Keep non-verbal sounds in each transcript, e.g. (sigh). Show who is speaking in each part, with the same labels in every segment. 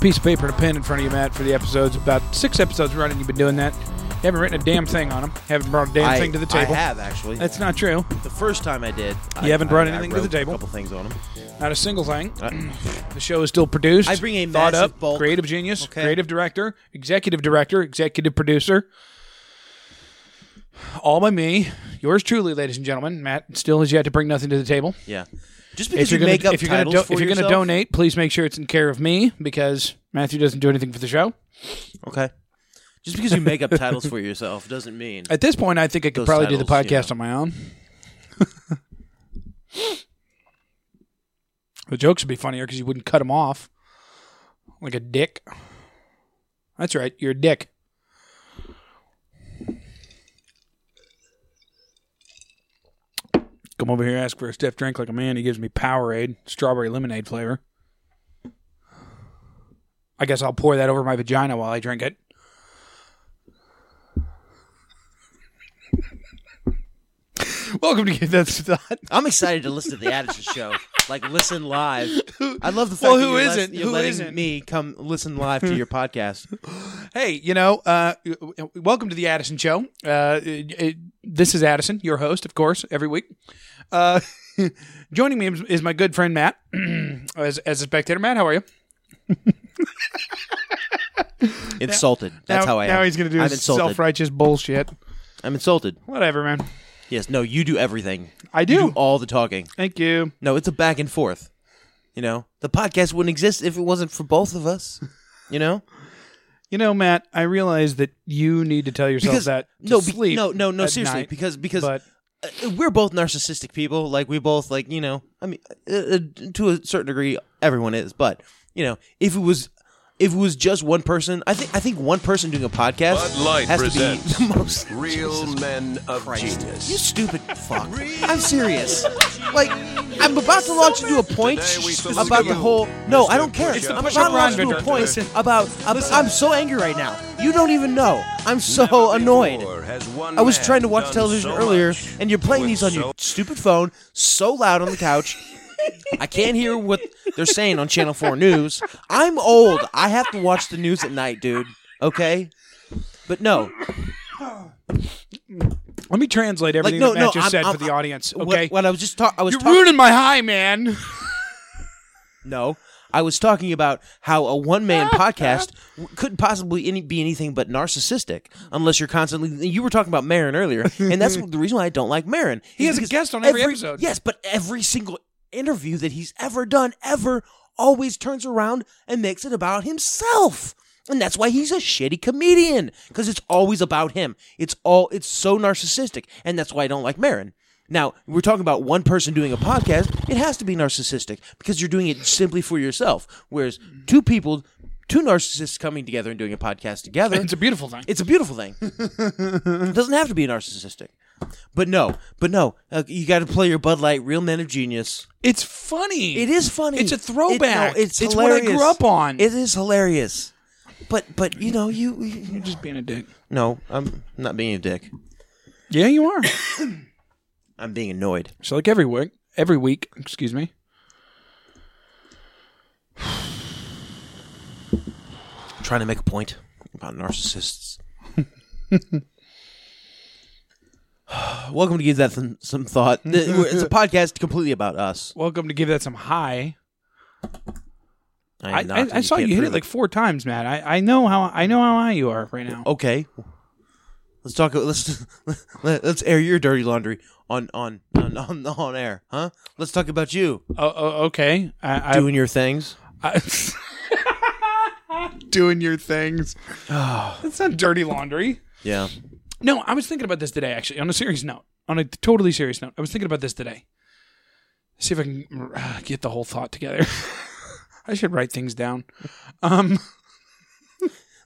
Speaker 1: piece of paper and a pen in front of you, Matt, for the episodes. About six episodes running, you've been doing that. You haven't written a damn thing on them. Haven't brought a damn
Speaker 2: I,
Speaker 1: thing to the
Speaker 2: I
Speaker 1: table.
Speaker 2: have actually.
Speaker 1: That's not true.
Speaker 2: the first time I did. I,
Speaker 1: haven't brought
Speaker 2: I- I
Speaker 1: anything to the
Speaker 2: wrote
Speaker 1: table?
Speaker 2: A couple things on them.
Speaker 1: Not a single thing.
Speaker 2: I-
Speaker 1: (clears throat) The show is still produced.
Speaker 2: Uh, I bring a
Speaker 1: thought
Speaker 2: massive
Speaker 1: up,
Speaker 2: bulk-
Speaker 1: creative genius,
Speaker 2: Okay.
Speaker 1: creative director, executive director, executive producer. All by me. Yours truly, ladies and gentlemen. Matt still has yet to bring nothing to the table.
Speaker 2: Yeah. Just
Speaker 1: If
Speaker 2: because
Speaker 1: you're
Speaker 2: you
Speaker 1: gonna,
Speaker 2: make up
Speaker 1: if you're gonna
Speaker 2: titles
Speaker 1: do-
Speaker 2: for
Speaker 1: if you're
Speaker 2: yourself.
Speaker 1: gonna donate, please make sure it's in care of me because Matthew doesn't do anything for the show.
Speaker 2: okay. Just because you make up titles for yourself doesn't mean.
Speaker 1: At this point, I think I could
Speaker 2: Those
Speaker 1: probably do the
Speaker 2: titles, you
Speaker 1: podcast
Speaker 2: know.
Speaker 1: on my own. (laughs) the jokes would be funnier because you wouldn't cut them off like a dick. That's right, you're a dick. Come over here, ask for a stiff drink like a man. He gives me Powerade, strawberry lemonade flavor. I guess I'll pour that over my vagina while I drink it. Welcome to Give That Thought.
Speaker 2: I'm excited to listen to the Addison show. Like listen live. I love the fact
Speaker 1: Well,
Speaker 2: that
Speaker 1: who
Speaker 2: you're
Speaker 1: isn't?
Speaker 2: Let, you're
Speaker 1: Who
Speaker 2: letting
Speaker 1: isn't?
Speaker 2: me come listen live to your
Speaker 1: (laughs)
Speaker 2: podcast.
Speaker 1: Hey, you know, uh, w- w- welcome to the Addison Show. Uh, it- it- this is Addison, your host, of course, every week. Uh, (laughs) joining me is, is my good friend Matt, (clears throat) as, as a spectator. Matt, how are you?
Speaker 2: Insulted. That's
Speaker 1: now,
Speaker 2: how I am.
Speaker 1: Now he's going to do
Speaker 2: I'm
Speaker 1: his
Speaker 2: insulted.
Speaker 1: self-righteous bullshit.
Speaker 2: I'm insulted.
Speaker 1: Whatever, man.
Speaker 2: Yes. No. You do everything.
Speaker 1: I
Speaker 2: You
Speaker 1: do.
Speaker 2: do all the talking.
Speaker 1: Thank you.
Speaker 2: No, it's a back and forth. You know, the podcast wouldn't exist if it wasn't for both of us. You know,
Speaker 1: You know, Matt, I realize that you need to tell yourself that to
Speaker 2: no, be-
Speaker 1: sleep.
Speaker 2: no, no, no,
Speaker 1: at
Speaker 2: seriously,
Speaker 1: night,
Speaker 2: because because
Speaker 1: but
Speaker 2: uh, we're both narcissistic people. Like we both like you know, I mean, uh, uh, to a certain degree, everyone is. But you know, if it was. If it was just one person, I think I think one person doing a podcast
Speaker 3: Bud Light
Speaker 2: has to be
Speaker 3: presents
Speaker 2: the most
Speaker 3: Real
Speaker 2: Jesus
Speaker 3: men of
Speaker 2: Christ.
Speaker 3: genius.
Speaker 2: You stupid fuck. I'm serious. Like, I'm about to launch into a point
Speaker 3: Today we salute
Speaker 2: about the
Speaker 3: you,
Speaker 2: whole. No, I
Speaker 3: Mr.
Speaker 2: don't care.
Speaker 3: Push-Up.
Speaker 2: I'm about
Speaker 3: Push-Up
Speaker 2: to launch
Speaker 1: Ron
Speaker 2: into a
Speaker 1: Victor.
Speaker 2: point
Speaker 1: Listen.
Speaker 2: about. I'm, I'm so angry right now. You don't even know. I'm so annoyed. I was trying to watch television earlier, and you're playing these on your stupid phone so loud on the couch. I can't hear what they're saying on Channel 4 News. I'm old. I have to watch the news at night, dude. Okay? But no,
Speaker 1: let me translate everything
Speaker 2: no,
Speaker 1: that Matt
Speaker 2: no,
Speaker 1: just
Speaker 2: I'm-
Speaker 1: said
Speaker 2: I'm-
Speaker 1: for the audience.
Speaker 2: what-
Speaker 1: Okay,
Speaker 2: What, I was just talking, I was
Speaker 1: you're
Speaker 2: talk-
Speaker 1: ruining my high, man. (laughs)
Speaker 2: No, I was talking about how a one man podcast w- couldn't possibly any- be anything but narcissistic unless you're constantly. You were talking about Marin earlier, and
Speaker 1: (laughs)
Speaker 2: that's the reason why I don't like Marin.
Speaker 1: He
Speaker 2: is
Speaker 1: has a
Speaker 2: because
Speaker 1: guest on every episode.
Speaker 2: Yes, but every single interview that he's ever done, ever, always turns around and makes it about himself. And that's why he's a shitty comedian because it's always about him. It's all it's so narcissistic, and that's why I don't like Marin. Now we're talking about one person doing a podcast. It has to be narcissistic because you're doing it simply for yourself. Whereas two people, two narcissists coming together and doing a podcast together,
Speaker 1: (laughs) It's a beautiful thing.
Speaker 2: it's a beautiful (laughs) thing. it doesn't have to be narcissistic. But no, but no, uh, you got to play your Bud Light, real men of genius.
Speaker 1: It's funny.
Speaker 2: It is funny.
Speaker 1: It's a
Speaker 2: It- no,
Speaker 1: throwback.
Speaker 2: it's
Speaker 1: It's what I grew
Speaker 2: hilarious.
Speaker 1: up on.
Speaker 2: It is hilarious. But but you know you, you
Speaker 1: just being a dick.
Speaker 2: no, I'm not being a dick.
Speaker 1: Yeah, you are.
Speaker 2: I'm being annoyed.
Speaker 1: so like every week, every week, excuse me.
Speaker 2: I'm trying to make a point about narcissists. (sighs) Welcome to give that some, some thought. Th- It's a podcast completely about us.
Speaker 1: Welcome to give that some high.
Speaker 2: I, am
Speaker 1: I,
Speaker 2: not,
Speaker 1: I,
Speaker 2: and
Speaker 1: I saw
Speaker 2: can't
Speaker 1: you hit
Speaker 2: prove
Speaker 1: it like four times, Matt. I, I know how I know how high you are right now.
Speaker 2: okay. Let's talk. Let's (laughs) let, let's air your dirty laundry on on on on, on air, huh? Let's talk about you
Speaker 1: Oh, oh, okay. I, I,
Speaker 2: doing your things.
Speaker 1: I- (laughs) doing your (sighs) things. That's not dirty laundry.
Speaker 2: Yeah.
Speaker 1: No, I was thinking about this today, actually, on a serious note, on a totally serious note. I was thinking about this today. See if I can uh, get the whole thought together. (laughs) I should write things down. Um,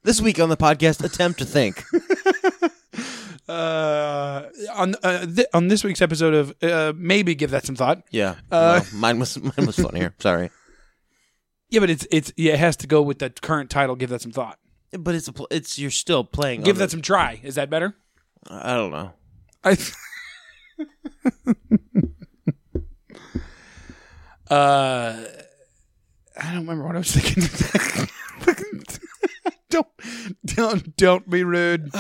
Speaker 2: This week on the podcast, attempt to think. (laughs)
Speaker 1: uh, on uh, th- on this week's episode of uh, maybe give that some thought.
Speaker 2: Yeah,
Speaker 1: Uh,
Speaker 2: well, mine was mine was funnier. Sorry,
Speaker 1: Yeah, but it's it's yeah, it has to go with the current title. Give that some thought.
Speaker 2: but it's a pl- it's you're still playing.
Speaker 1: Give
Speaker 2: on
Speaker 1: that
Speaker 2: the-
Speaker 1: some try. Is that better?
Speaker 2: I don't know.
Speaker 1: I. (laughs) uh, I don't remember what I was thinking. (laughs) don't, don't, don't be rude.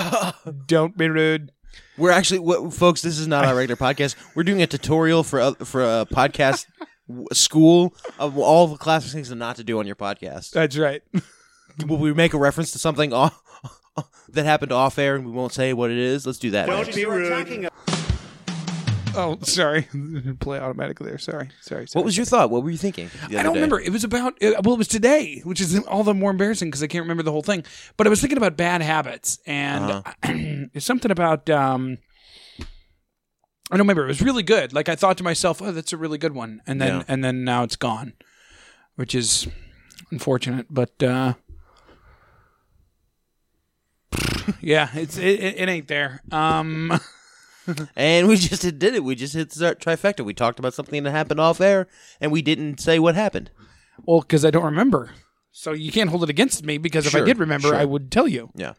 Speaker 1: Don't be rude.
Speaker 2: We're actually, what, folks. This is not our regular podcast. We're doing a tutorial for a, for a podcast w- school of all the classic things not to do on your podcast.
Speaker 1: That's right.
Speaker 2: Will we make a reference to something off, (laughs) that happened off air and we won't say what it is? Let's do that. next.
Speaker 1: Oh, sorry. (laughs) Play automatically there. Sorry, sorry. sorry.
Speaker 2: What was your thought? What were you thinking? the
Speaker 1: I
Speaker 2: other
Speaker 1: don't
Speaker 2: day?
Speaker 1: remember. It was about uh, well, it was today, which is all the more embarrassing because I can't remember the whole thing. But I was thinking about bad habits, and
Speaker 2: Uh-huh.
Speaker 1: (clears throat) it's something about um, I don't remember. It was really good. Like I thought to myself, "Oh, that's a really good one," and then
Speaker 2: Yeah.
Speaker 1: and then now it's gone, which is unfortunate. But uh, (laughs) yeah, it's it, it, it ain't there. Um, (laughs)
Speaker 2: And we just did it. We just hit the trifecta. We talked about something that happened off air and we didn't say what happened.
Speaker 1: well, because I don't remember, so you can't hold it against me because if I
Speaker 2: Sure,
Speaker 1: did remember,
Speaker 2: sure.
Speaker 1: I would tell you.
Speaker 2: Yeah.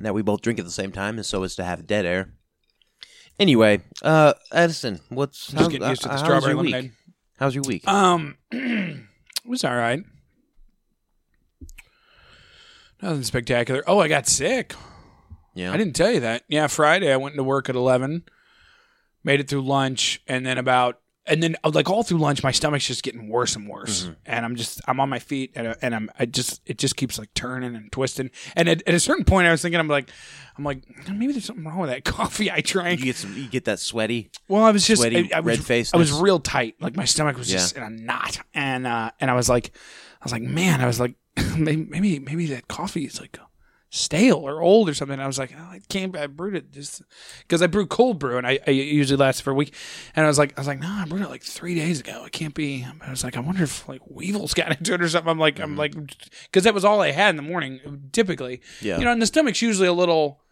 Speaker 2: Now we both drink at the same time, and so as to have dead air. Anyway, uh, Edison, what's
Speaker 1: I'm just getting used to the
Speaker 2: how's
Speaker 1: strawberry
Speaker 2: your week?
Speaker 1: lemonade.
Speaker 2: How's your week?
Speaker 1: Um, (clears throat) it was all right. Nothing spectacular. Oh, I got sick.
Speaker 2: yeah,
Speaker 1: I didn't tell you that. Yeah, Friday I went into work at eleven, made it through lunch, and then about and then uh, like all through lunch, my stomach's just getting worse and worse, and I'm just I'm on my feet and and I'm I just it just keeps like turning and twisting, and at, at a certain point I was thinking I'm like I'm like maybe there's something wrong with that (laughs) coffee I drank.
Speaker 2: You get some, you get that sweaty.
Speaker 1: Well, I was just
Speaker 2: Sweaty,
Speaker 1: I, I was,
Speaker 2: red-facedness.
Speaker 1: I was real tight. Like my stomach was
Speaker 2: Yeah.
Speaker 1: just in a knot, and uh, and I was like, I was like, man, I was like, (laughs) maybe maybe, maybe that coffee is like stale or old or something. I was like, oh, I can't. I brewed it just because I brew cold brew, and I, I it usually lasts for a week. And I was like, I was like, no, I brewed it like three days ago. It can't be. I was like, I wonder if like weevils got (laughs) into it or something. I'm like, I'm like, because that was all I had in the morning typically.
Speaker 2: Yeah.
Speaker 1: You know, and the stomach's usually a little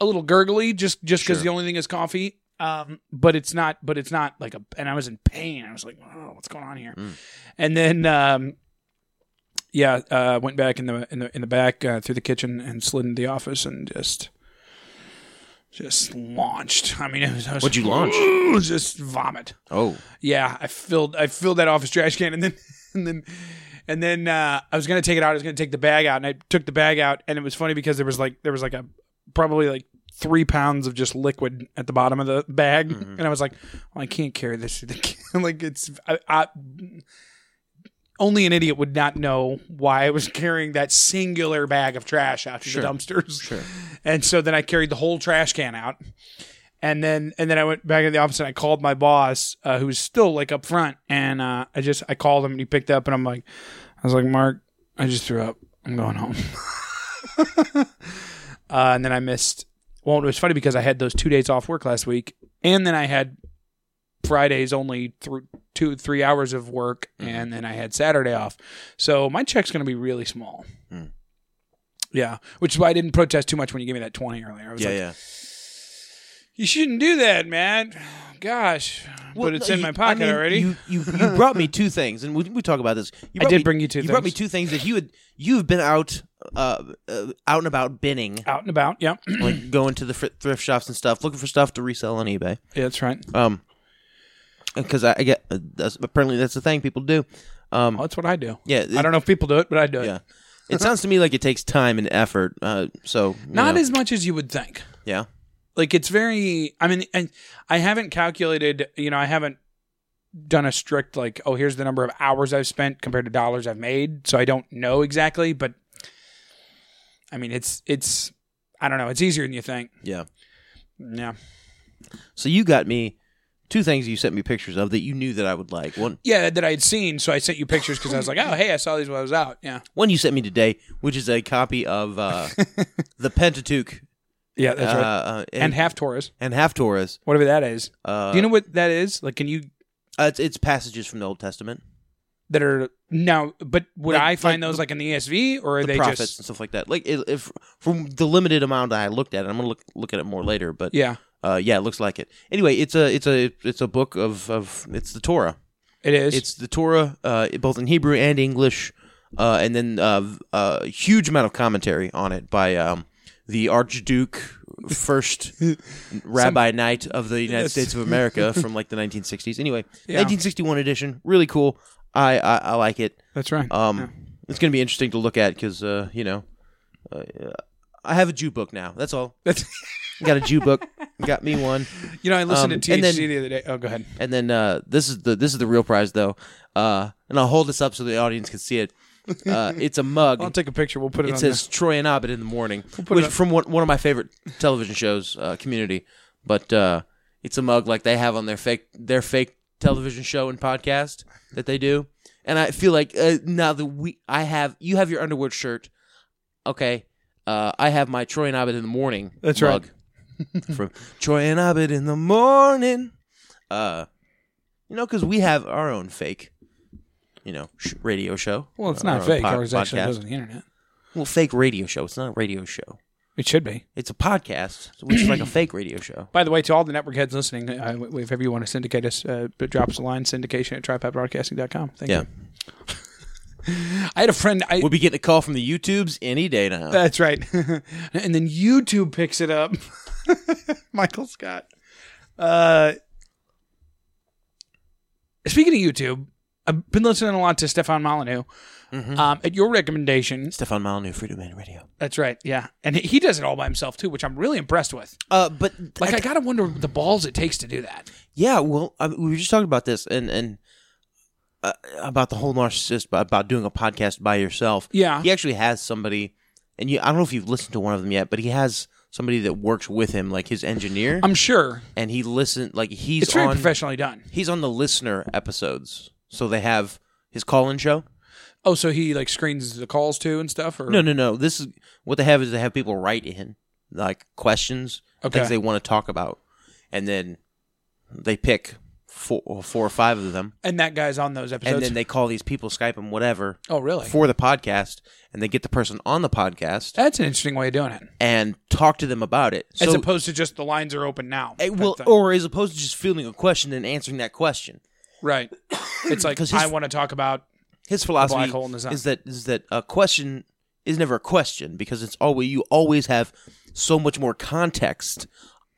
Speaker 1: a little gurgly just just because the only thing is coffee um but it's not but it's not like a and i was in pain i was like oh what's going on here and then um yeah uh went back in the in the in the back uh, through the kitchen and slid into the office and just just launched i mean it was, I was
Speaker 2: What'd you launch?
Speaker 1: (gasps) just vomit
Speaker 2: Oh,
Speaker 1: yeah, I filled I filled that office trash can, and then (laughs) and then and then uh, I was gonna take it out. I was gonna take the bag out, and I took the bag out, and it was funny because there was like there was like a probably like three pounds of just liquid at the bottom of the bag, and I was like, well, I can't carry this. to the can." (laughs) like it's I, I, only an idiot would not know why I was carrying that singular bag of trash out to the dumpsters. Sure. (laughs) And so then I carried the whole trash can out. And then and then I went back in the office and I called my boss, uh, who's still like up front, and uh, I just I called him and he picked up and I'm like, I was like, Mark, I just threw up. I'm going home. (laughs) uh, and then I missed. Well, it was funny because I had those two days off work last week, and then I had Fridays only through two three hours of work,
Speaker 2: Mm-hmm.
Speaker 1: and then I had Saturday off. So my check's going to be really small.
Speaker 2: Mm.
Speaker 1: Yeah, which is why I didn't protest too much when you gave me that twenty earlier. I was
Speaker 2: yeah,
Speaker 1: like,
Speaker 2: yeah.
Speaker 1: you shouldn't do that, man. Gosh. but it's in my pocket already.
Speaker 2: You, you,
Speaker 1: (laughs)
Speaker 2: you brought me two things, and we, we talk about this. You
Speaker 1: I
Speaker 2: brought
Speaker 1: did
Speaker 2: me-
Speaker 1: bring you two
Speaker 2: You brought me
Speaker 1: things.
Speaker 2: two things that you had. You've been out, uh, uh, out and about binning,
Speaker 1: Out and about. Yeah. (clears throat) yeah.
Speaker 2: like going to the fr- thrift shops and stuff, looking for stuff to resell on eBay.
Speaker 1: That's right.
Speaker 2: Um, because I, I get uh, that's, apparently that's the thing people do. Um,
Speaker 1: Well, that's what I do.
Speaker 2: Yeah,
Speaker 1: I don't know if people do it, but I do it.
Speaker 2: yeah. It sounds to me like it takes time and effort. Uh, so you
Speaker 1: Not
Speaker 2: know,
Speaker 1: as much as you would think.
Speaker 2: yeah,
Speaker 1: Like it's very I mean and I haven't calculated, you know, I haven't done a strict like, oh, here's the number of hours I've spent compared to dollars I've made, so I don't know exactly, but I mean it's it's I don't know, it's easier than you think.
Speaker 2: yeah.
Speaker 1: Yeah.
Speaker 2: So you got me two things you sent me pictures of that you knew that I would like. One
Speaker 1: Yeah, that I had seen, so I sent you pictures because I was like, oh, hey, I saw these while I was out. Yeah.
Speaker 2: one you sent me today, which is a copy of
Speaker 1: (laughs)
Speaker 2: uh, the Pentateuch
Speaker 1: Yeah,
Speaker 2: uh,
Speaker 1: that's right.
Speaker 2: uh,
Speaker 1: and half Taurus,
Speaker 2: and half Taurus.
Speaker 1: whatever that is.
Speaker 2: Uh,
Speaker 1: Do you know what that is? Like, can you
Speaker 2: Uh, it's, it's passages from the Old Testament,
Speaker 1: that are now. But would
Speaker 2: Like-
Speaker 1: I find
Speaker 2: like
Speaker 1: those like in the ESV or are
Speaker 2: the
Speaker 1: they
Speaker 2: prophets
Speaker 1: just
Speaker 2: and stuff like that. Like i- if from the limited amount I looked at, it, I'm gonna look look at it more later. But
Speaker 1: yeah?
Speaker 2: uh, yeah, it looks like it. Anyway, it's a it's a it's a book of of it's the Torah.
Speaker 1: It is.
Speaker 2: It's the Torah, uh, both in Hebrew and English, uh, and then uh, v- uh, huge amount of commentary on it by um, the Archduke (laughs) First
Speaker 1: (laughs)
Speaker 2: Rabbi Knight of the United
Speaker 1: Yes.
Speaker 2: States of America (laughs) from like the 1960s. Anyway,
Speaker 1: Yeah.
Speaker 2: 1961 edition, really cool. I I, I like it.
Speaker 1: That's right.
Speaker 2: Um, It's going to be interesting to look at because uh, you know, uh, I have a Jew book now. That's all.
Speaker 1: (laughs) That's
Speaker 2: Got a Jew
Speaker 1: (laughs)
Speaker 2: book. Got me one.
Speaker 1: you know I listened
Speaker 2: um,
Speaker 1: to THC
Speaker 2: and then-
Speaker 1: the other day. Oh, go ahead.
Speaker 2: And then uh, this is the this is the real prize though, uh, and I'll hold this up so the audience can see it. Uh, it's a mug.
Speaker 1: (laughs) I'll take a picture. We'll put it,
Speaker 2: it
Speaker 1: on.
Speaker 2: says Troy and Abed in the morning,
Speaker 1: put
Speaker 2: which
Speaker 1: it up.
Speaker 2: from one, one of my favorite television shows, uh, Community. But uh, it's a mug like they have on their fake their fake television show and podcast that they do. And I feel like uh, now that we I have you have your Underwood shirt, okay. Uh, I have my Troy and Abed in the morning.
Speaker 1: That's
Speaker 2: mug (laughs) from Troy and Abed in the morning. Uh, you know, because we have our own fake, you know, sh- radio show.
Speaker 1: the, well, it's
Speaker 2: Our
Speaker 1: not
Speaker 2: own
Speaker 1: fake.
Speaker 2: pod-
Speaker 1: Ours actually
Speaker 2: podcast.
Speaker 1: goes on the internet.
Speaker 2: Well, fake radio show. It's not a radio show.
Speaker 1: It should be.
Speaker 2: It's a podcast, which is like (clears throat) a fake radio show.
Speaker 1: By the way, to all the network heads listening, uh, if ever you want to syndicate us, uh, drop us a line, syndication at tripodbroadcasting.com. Thank
Speaker 2: Yeah.
Speaker 1: you. I had a friend. I,
Speaker 2: We'll be getting a call from the YouTubes any day now.
Speaker 1: That's right. (laughs) and then YouTube picks it up. (laughs) Michael Scott. Uh, speaking of YouTube, I've been listening a lot to Stefan Molyneux.
Speaker 2: Mm-hmm.
Speaker 1: Um, at your recommendation,
Speaker 2: Stefan Molyneux, Freedom Man Radio.
Speaker 1: that's right, yeah, and he does it all by himself too, which I'm really impressed with.
Speaker 2: Uh, but
Speaker 1: Like, I gotta wonder the balls it takes to do that.
Speaker 2: yeah, well, I, we were just talking about this and and uh, about the whole narcissist about, about doing a podcast by yourself.
Speaker 1: Yeah.
Speaker 2: he actually has somebody, and you, I don't know if you've listened to one of them yet, but he has somebody that works with him, like his engineer,
Speaker 1: I'm sure
Speaker 2: and he listen like he's
Speaker 1: it's very
Speaker 2: on
Speaker 1: professionally done.
Speaker 2: he's on the listener episodes, so they have his call-in show.
Speaker 1: Oh, so he like screens the calls too and stuff, or
Speaker 2: No, no, no. This is what they have is they have people write in like questions,
Speaker 1: Okay.
Speaker 2: things they want to talk about, and then they pick four, four or five of them,
Speaker 1: and that guy's on those episodes.
Speaker 2: and then they call these people, Skype them, whatever,
Speaker 1: oh, really?
Speaker 2: for the podcast, and they get the person on the podcast
Speaker 1: That's an interesting way of doing it.
Speaker 2: and talk to them about it. So,
Speaker 1: as opposed to just the lines are open now.
Speaker 2: eh, well,
Speaker 1: That's a-
Speaker 2: or as opposed to just fielding a question and answering that question.
Speaker 1: right. It's like
Speaker 2: 'Cause his-
Speaker 1: I want to talk about
Speaker 2: His philosophy
Speaker 1: black hole in the sun.
Speaker 2: is that is that a question is never a question because it's always you always have so much more context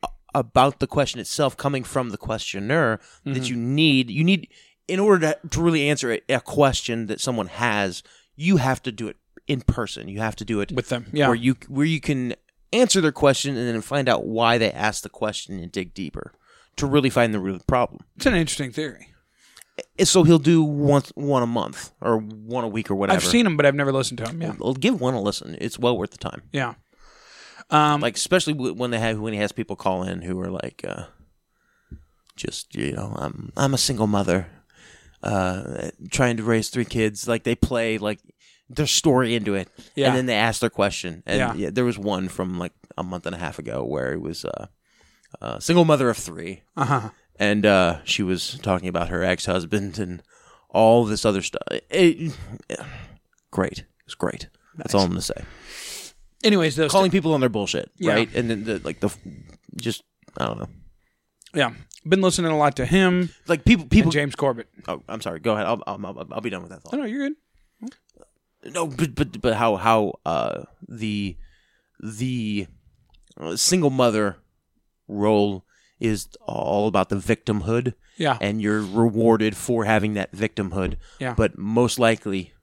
Speaker 2: a- about the question itself coming from the questioner
Speaker 1: Mm-hmm.
Speaker 2: that you need you need in order to, to really answer a, a question that someone has you have to do it in person you have to do it
Speaker 1: with them. Yeah.
Speaker 2: where you where you can answer their question and then find out why they asked the question and dig deeper to really find the root of the problem
Speaker 1: it's an interesting theory.
Speaker 2: And so he'll do once one a month or one a week or whatever
Speaker 1: I've seen them, but I've never listened to them. Yeah.
Speaker 2: well, give one a listen. It's well worth the time.
Speaker 1: Yeah. Um,
Speaker 2: Like especially w- when they have when he has people call in who are like, uh, just you know, I'm I'm a single mother, uh, trying to raise three kids. Like they play like their story into it,
Speaker 1: Yeah.
Speaker 2: and then they ask their question. And
Speaker 1: Yeah.
Speaker 2: yeah. there was one from like a month and a half ago where it was uh, uh, single mother of three,
Speaker 1: Uh huh.
Speaker 2: and uh, she was talking about her ex husband and all this other stuff. great, it was great. That's all I'm gonna say
Speaker 1: Anyways, those
Speaker 2: calling people on their bullshit,
Speaker 1: Yeah.
Speaker 2: right? And then the, like the f- just I don't know,
Speaker 1: yeah, been listening a lot to him
Speaker 2: like people
Speaker 1: and
Speaker 2: people.
Speaker 1: James Corbett.
Speaker 2: oh, I'm sorry. Go ahead. I'll, I'll I'll I'll be done with that
Speaker 1: Oh
Speaker 2: thought.
Speaker 1: no, you're good.
Speaker 2: No, but but but how how uh the the uh, single mother role is all about the victimhood,
Speaker 1: Yeah.
Speaker 2: and you're rewarded for having that victimhood.
Speaker 1: Yeah.
Speaker 2: But most likely,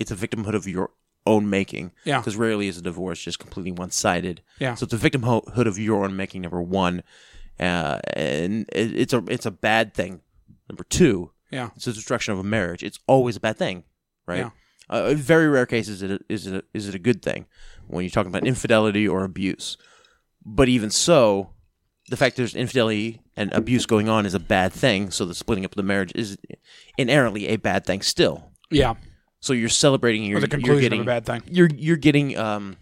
Speaker 2: it's a victimhood of your own making.
Speaker 1: Yeah.
Speaker 2: Because rarely is a divorce just completely one sided.
Speaker 1: Yeah.
Speaker 2: So it's a victimhood of your own making. Number one, uh, and it, it's a it's a bad thing. Number two,
Speaker 1: Yeah.
Speaker 2: it's the destruction of a marriage. It's always a bad thing, right?
Speaker 1: Yeah.
Speaker 2: Uh, in very rare cases, is it is it is it a good thing when you're talking about infidelity or abuse? But even so, the fact there's infidelity and abuse going on is a bad thing. So the splitting up of the marriage is inherently a bad thing still.
Speaker 1: Yeah.
Speaker 2: So you're celebrating. You're,
Speaker 1: Or the
Speaker 2: you're
Speaker 1: conclusion
Speaker 2: getting,
Speaker 1: of a bad thing.
Speaker 2: You're you're getting um,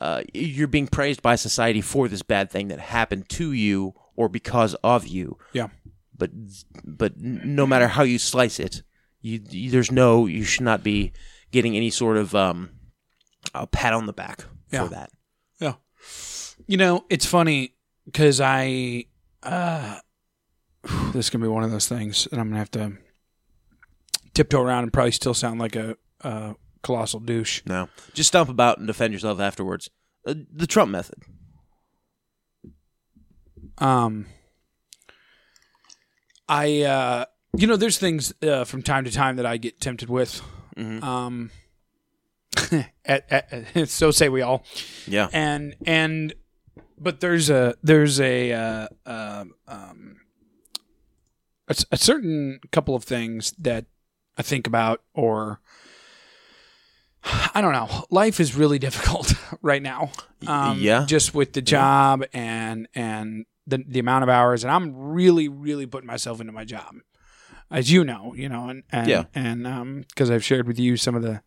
Speaker 2: uh, you're being praised by society for this bad thing that happened to you or because of you.
Speaker 1: Yeah.
Speaker 2: but but no matter how you slice it, you, you there's no you should not be getting any sort of um, a pat on the back
Speaker 1: Yeah.
Speaker 2: for that.
Speaker 1: Yeah. You know, it's funny because I, uh, this is going to be one of those things, and I'm going to have to tiptoe around and probably still sound like a, uh colossal douche.
Speaker 2: No, just stomp about and defend yourself afterwards. Uh, the Trump method.
Speaker 1: Um, I, uh, you know, there's things uh, from time to time that I get tempted with. Um, (laughs) at, at, so say we all.
Speaker 2: Yeah,
Speaker 1: and and but there's a there's a uh, uh, um, a, s- a certain couple of things that I think about or I don't know. Life is really (laughs) difficult right now. Um,
Speaker 2: yeah.
Speaker 1: just with the job and and the the amount of hours, and I'm really really putting myself into my job, as you know, you know, and and
Speaker 2: Yeah.
Speaker 1: and um because I've shared with you some of the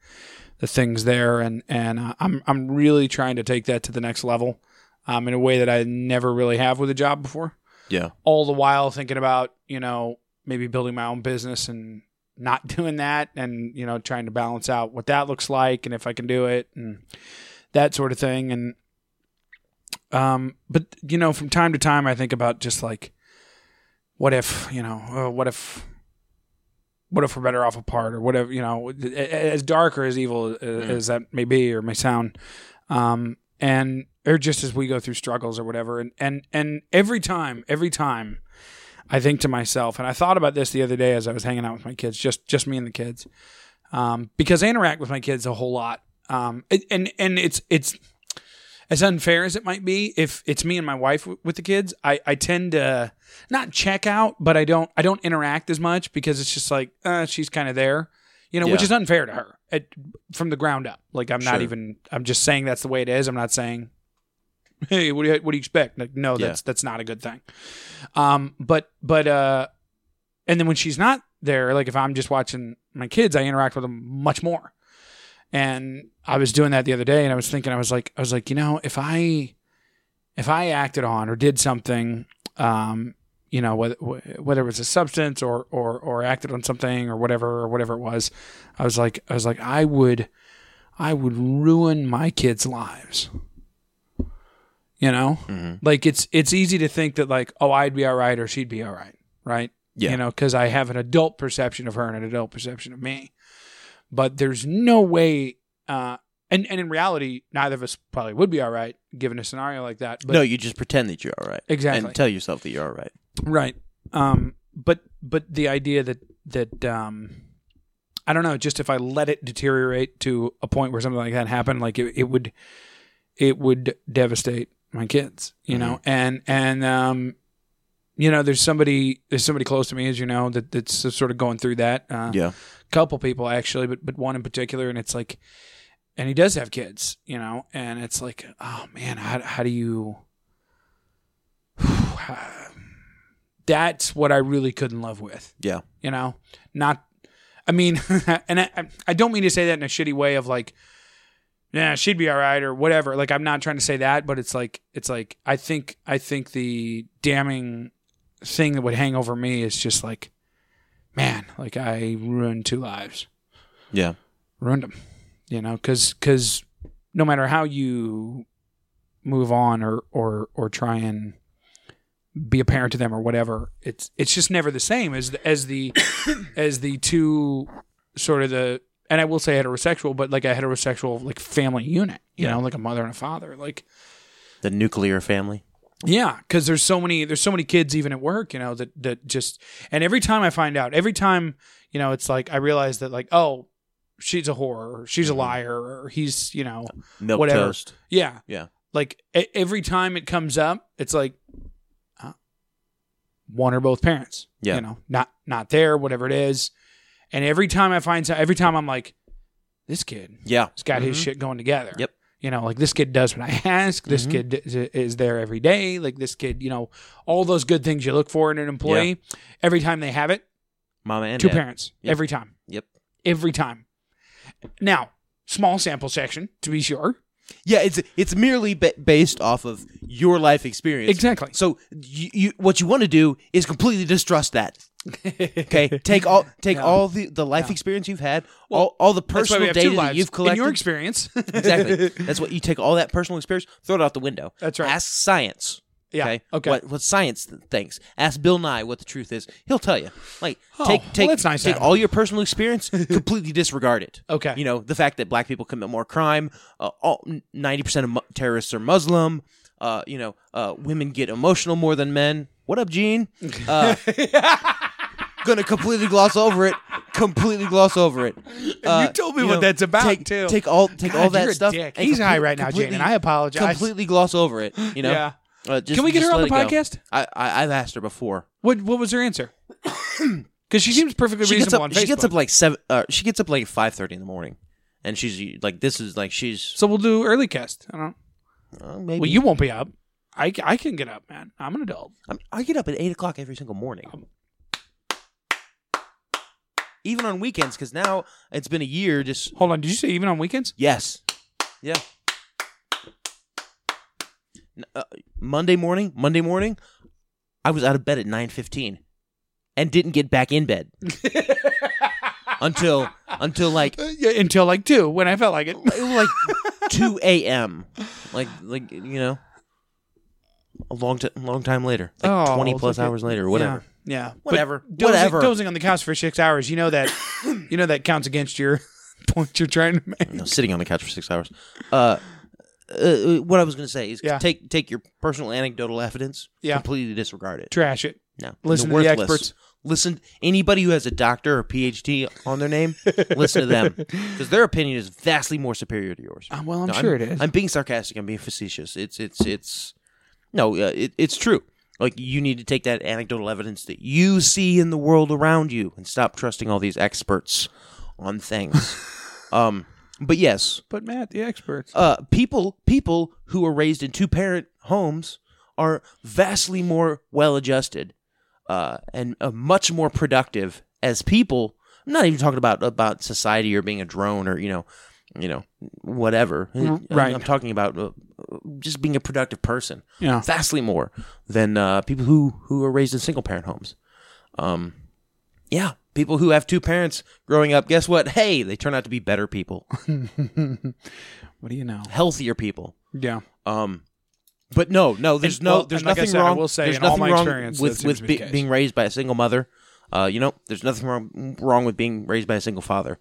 Speaker 1: the things there, and and uh, I'm I'm really trying to take that to the next level, um, in a way that I never really have with a job before.
Speaker 2: yeah,
Speaker 1: All the while thinking about you know maybe building my own business and not (laughs) doing that, and you know trying to balance out what that looks like and if I can do it and that sort of thing. And um, but you know from time to time I think about just like what if you know uh, what if what if we're better off apart or whatever you know a- a- as dark or as evil a- as that may be or may sound um and or just as we go through struggles or whatever and and and every time every time i think to myself and i thought about this the other day as i was hanging out with my kids just just me and the kids um because i interact with my kids a whole lot um and- and and it's it's as unfair as it might be, if it's me and my wife w- with the kids, I, I tend to not check out, but I don't I don't interact as much because it's just like uh, she's kind of there, you know, which
Speaker 2: Yeah.
Speaker 1: is unfair to her at, from the ground up. Like I'm not
Speaker 2: Sure.
Speaker 1: even I'm just saying that's the way it is. I'm not saying, hey, what do you what do you expect? Like no,
Speaker 2: Yeah.
Speaker 1: that's that's not a good thing. Um, but but uh, and then when she's not there, like if I'm just watching my kids, I interact with them much more. And I was doing that the other day and I was thinking I was like I was like, you know, if I if I acted on or did something um you know whether wh- whether it was a substance or or or acted on something or whatever or whatever it was, I was like I was like I would I would ruin my kids' lives. You know?
Speaker 2: Mm-hmm.
Speaker 1: Like it's it's easy to think that like oh I'd be all right or she'd be all right, right?
Speaker 2: yeah.
Speaker 1: you know, because I have an adult perception of her and an adult perception of me. But there's no way, uh, and and in reality, neither of us probably would be all right given a scenario like that. But
Speaker 2: no, you just pretend that you're all right.
Speaker 1: Exactly.
Speaker 2: And tell yourself that you're all right.
Speaker 1: Right. Um, but but the idea that that um, I don't know, just if I let it deteriorate to a point where something like that happened, like it, it would it would devastate my kids, you know. And and um, you know, there's somebody there's somebody close to me, as you know, that that's sort of going through that. Uh,
Speaker 2: Yeah.
Speaker 1: couple people actually, but but one in particular, and it's like, and he does have kids, you know, and it's like, oh man, how how do you? (sighs) That's what I really couldn't live with,
Speaker 2: Yeah.
Speaker 1: you know. Not, I mean, (laughs) and I I don't mean to say that in a shitty way of like, yeah, she'd be all right or whatever. Like I'm not trying to say that, but it's like it's like I think I think the damning thing that would hang over me is just like, man, like I ruined two lives
Speaker 2: Yeah.
Speaker 1: ruined them. You know, because no matter how you move on or or or try and be a parent to them or whatever, it's it's just never the same as the, as the as the two sort of the and I will say heterosexual, but like a heterosexual like family unit. You know, like a mother and a father. Like
Speaker 2: The nuclear family.
Speaker 1: yeah, because there's so many there's so many kids even at work, you know, that that just and every time I find out, every time you know, it's like I realize that like oh, she's a whore, or she's a
Speaker 2: Mm-hmm.
Speaker 1: liar, or he's you know
Speaker 2: Milk
Speaker 1: Whatever.
Speaker 2: toast.
Speaker 1: yeah
Speaker 2: Yeah.
Speaker 1: like e- every time it comes up, it's like uh, one or both parents,
Speaker 2: Yeah.
Speaker 1: you know, not not there, whatever it is, and every time I find so every time I'm like this kid
Speaker 2: Yeah.
Speaker 1: has got his shit going together.
Speaker 2: Mm-hmm. Yep. Mm-hmm.
Speaker 1: You know, like this kid does what I (laughs) ask. This kid is, is there every day. Like this kid, you know, all those good things you look for in an employee. Every time they have it,
Speaker 2: Mama and
Speaker 1: two
Speaker 2: dad.
Speaker 1: parents.
Speaker 2: Yep.
Speaker 1: Every time.
Speaker 2: Yep.
Speaker 1: Every time. Now, small sample section to be sure,
Speaker 2: Yeah, it's it's merely ba- based off of your life experience.
Speaker 1: Exactly.
Speaker 2: So you, you what you want to do is completely distrust that. okay,
Speaker 1: (laughs)
Speaker 2: take all take all the, the life experience you've had, all, all the
Speaker 1: That's why we
Speaker 2: personal
Speaker 1: have
Speaker 2: data
Speaker 1: two
Speaker 2: that
Speaker 1: lives.
Speaker 2: you've collected.
Speaker 1: In
Speaker 2: (laughs)
Speaker 1: your experience,
Speaker 2: exactly.
Speaker 1: (laughs)
Speaker 2: That's what you take all that personal experience, throw it out the window.
Speaker 1: That's right.
Speaker 2: Ask science.
Speaker 1: Yeah, okay.
Speaker 2: What what science th- thinks? Ask Bill Nye what the truth is. He'll tell you. Like
Speaker 1: Oh,
Speaker 2: take
Speaker 1: well,
Speaker 2: take
Speaker 1: that's nice to
Speaker 2: take
Speaker 1: have.
Speaker 2: all your personal
Speaker 1: (laughs)
Speaker 2: experience, completely disregard it.
Speaker 1: Okay.
Speaker 2: You know the fact that black people commit more crime. Uh, all ninety percent of mu- terrorists are Muslim. Uh, you know, uh, women get emotional more than men. What up,
Speaker 1: (laughs)
Speaker 2: Gene? Uh, gonna completely gloss over it. Completely gloss over it. Uh,
Speaker 1: told me what that's about,
Speaker 2: take,
Speaker 1: too.
Speaker 2: Take all take
Speaker 1: God,
Speaker 2: all that
Speaker 1: you're a
Speaker 2: stuff.
Speaker 1: dick.
Speaker 2: and
Speaker 1: He's high
Speaker 2: complete-
Speaker 1: right now, Jane, and
Speaker 2: completely-
Speaker 1: I apologize.
Speaker 2: Completely gloss over it. You know.
Speaker 1: (laughs) Yeah.
Speaker 2: Uh, just,
Speaker 1: Can we get
Speaker 2: just
Speaker 1: her on
Speaker 2: let
Speaker 1: the
Speaker 2: it go.
Speaker 1: podcast?
Speaker 2: I, I I've asked her before.
Speaker 1: what what was
Speaker 2: (clears throat)
Speaker 1: her answer? Because she seems perfectly
Speaker 2: She gets
Speaker 1: reasonable
Speaker 2: up.
Speaker 1: on
Speaker 2: She gets
Speaker 1: Facebook.
Speaker 2: up like seven. Uh, she gets up like five thirty in the morning, and she's like, "This is like she's
Speaker 1: so we'll do early cast. I don't.
Speaker 2: uh, maybe."
Speaker 1: Well, you won't be up. I, I can get up, man. I'm an adult.
Speaker 2: I'm, I get up at eight o'clock every single
Speaker 1: Um,
Speaker 2: morning, even on weekends, because now it's been a year. Just
Speaker 1: Hold on. Did you say even on weekends?
Speaker 2: yes, yeah. N- Uh, Monday morning, Monday morning, I was out of bed at nine fifteen, and didn't get back in
Speaker 1: (laughs)
Speaker 2: bed until until like
Speaker 1: Uh, yeah, until like two when I felt like it.
Speaker 2: it was
Speaker 1: (laughs)
Speaker 2: like 2 a.m. Like like you know, a long t- long time later, like
Speaker 1: Oh,
Speaker 2: 20 plus
Speaker 1: look at-
Speaker 2: hours later, or whatever.
Speaker 1: Yeah. yeah. But
Speaker 2: Whatever.
Speaker 1: Dozing,
Speaker 2: Whatever.
Speaker 1: Dozing on the couch for six hours. You know (coughs) that. you know that counts against your (laughs) point you're trying to make.
Speaker 2: You know, sitting on the couch for six hours. Uh, uh, what I was gonna say is
Speaker 1: Yeah.
Speaker 2: take take your personal anecdotal evidence,
Speaker 1: Yeah.
Speaker 2: completely disregard it.
Speaker 1: Trash it.
Speaker 2: No,
Speaker 1: Listen to the experts.
Speaker 2: Listen, anybody who has a doctor or PhD on their name, listen to
Speaker 1: (laughs)
Speaker 2: them because their opinion is vastly more superior to yours.
Speaker 1: Uh, well, I'm
Speaker 2: No,
Speaker 1: sure it is.
Speaker 2: I'm being sarcastic. I'm being facetious. It's it's it's no, uh, it, it's true. Like you need to take that anecdotal evidence that you see in the world around you and stop trusting all these experts on
Speaker 1: (laughs)
Speaker 2: things. um, but yes,
Speaker 1: but Matt, the experts.
Speaker 2: uh, people people who are raised in two parent homes are vastly more well adjusted uh, and uh, much more productive as people. I'm not even talking about about society or being a drone or you know, you know, whatever.
Speaker 1: right.
Speaker 2: I'm talking about uh, just being a productive person
Speaker 1: yeah.
Speaker 2: vastly more than uh, people who who are raised in single parent homes. Um, yeah, people who have two parents growing up. Guess what? Hey, they turn out to be better people,
Speaker 1: What do you know?
Speaker 2: healthier people.
Speaker 1: Yeah.
Speaker 2: Um, but no, no, there's
Speaker 1: And-
Speaker 2: no,
Speaker 1: well,
Speaker 2: there's
Speaker 1: and like I
Speaker 2: nothing
Speaker 1: said, I
Speaker 2: wrong.
Speaker 1: will say
Speaker 2: there's
Speaker 1: in all
Speaker 2: nothing
Speaker 1: my
Speaker 2: wrong
Speaker 1: experience, that
Speaker 2: with
Speaker 1: seems
Speaker 2: with
Speaker 1: to be
Speaker 2: be-
Speaker 1: the case.
Speaker 2: being raised by a single mother. Uh, you know, there's nothing wrong wrong with being raised by a single father.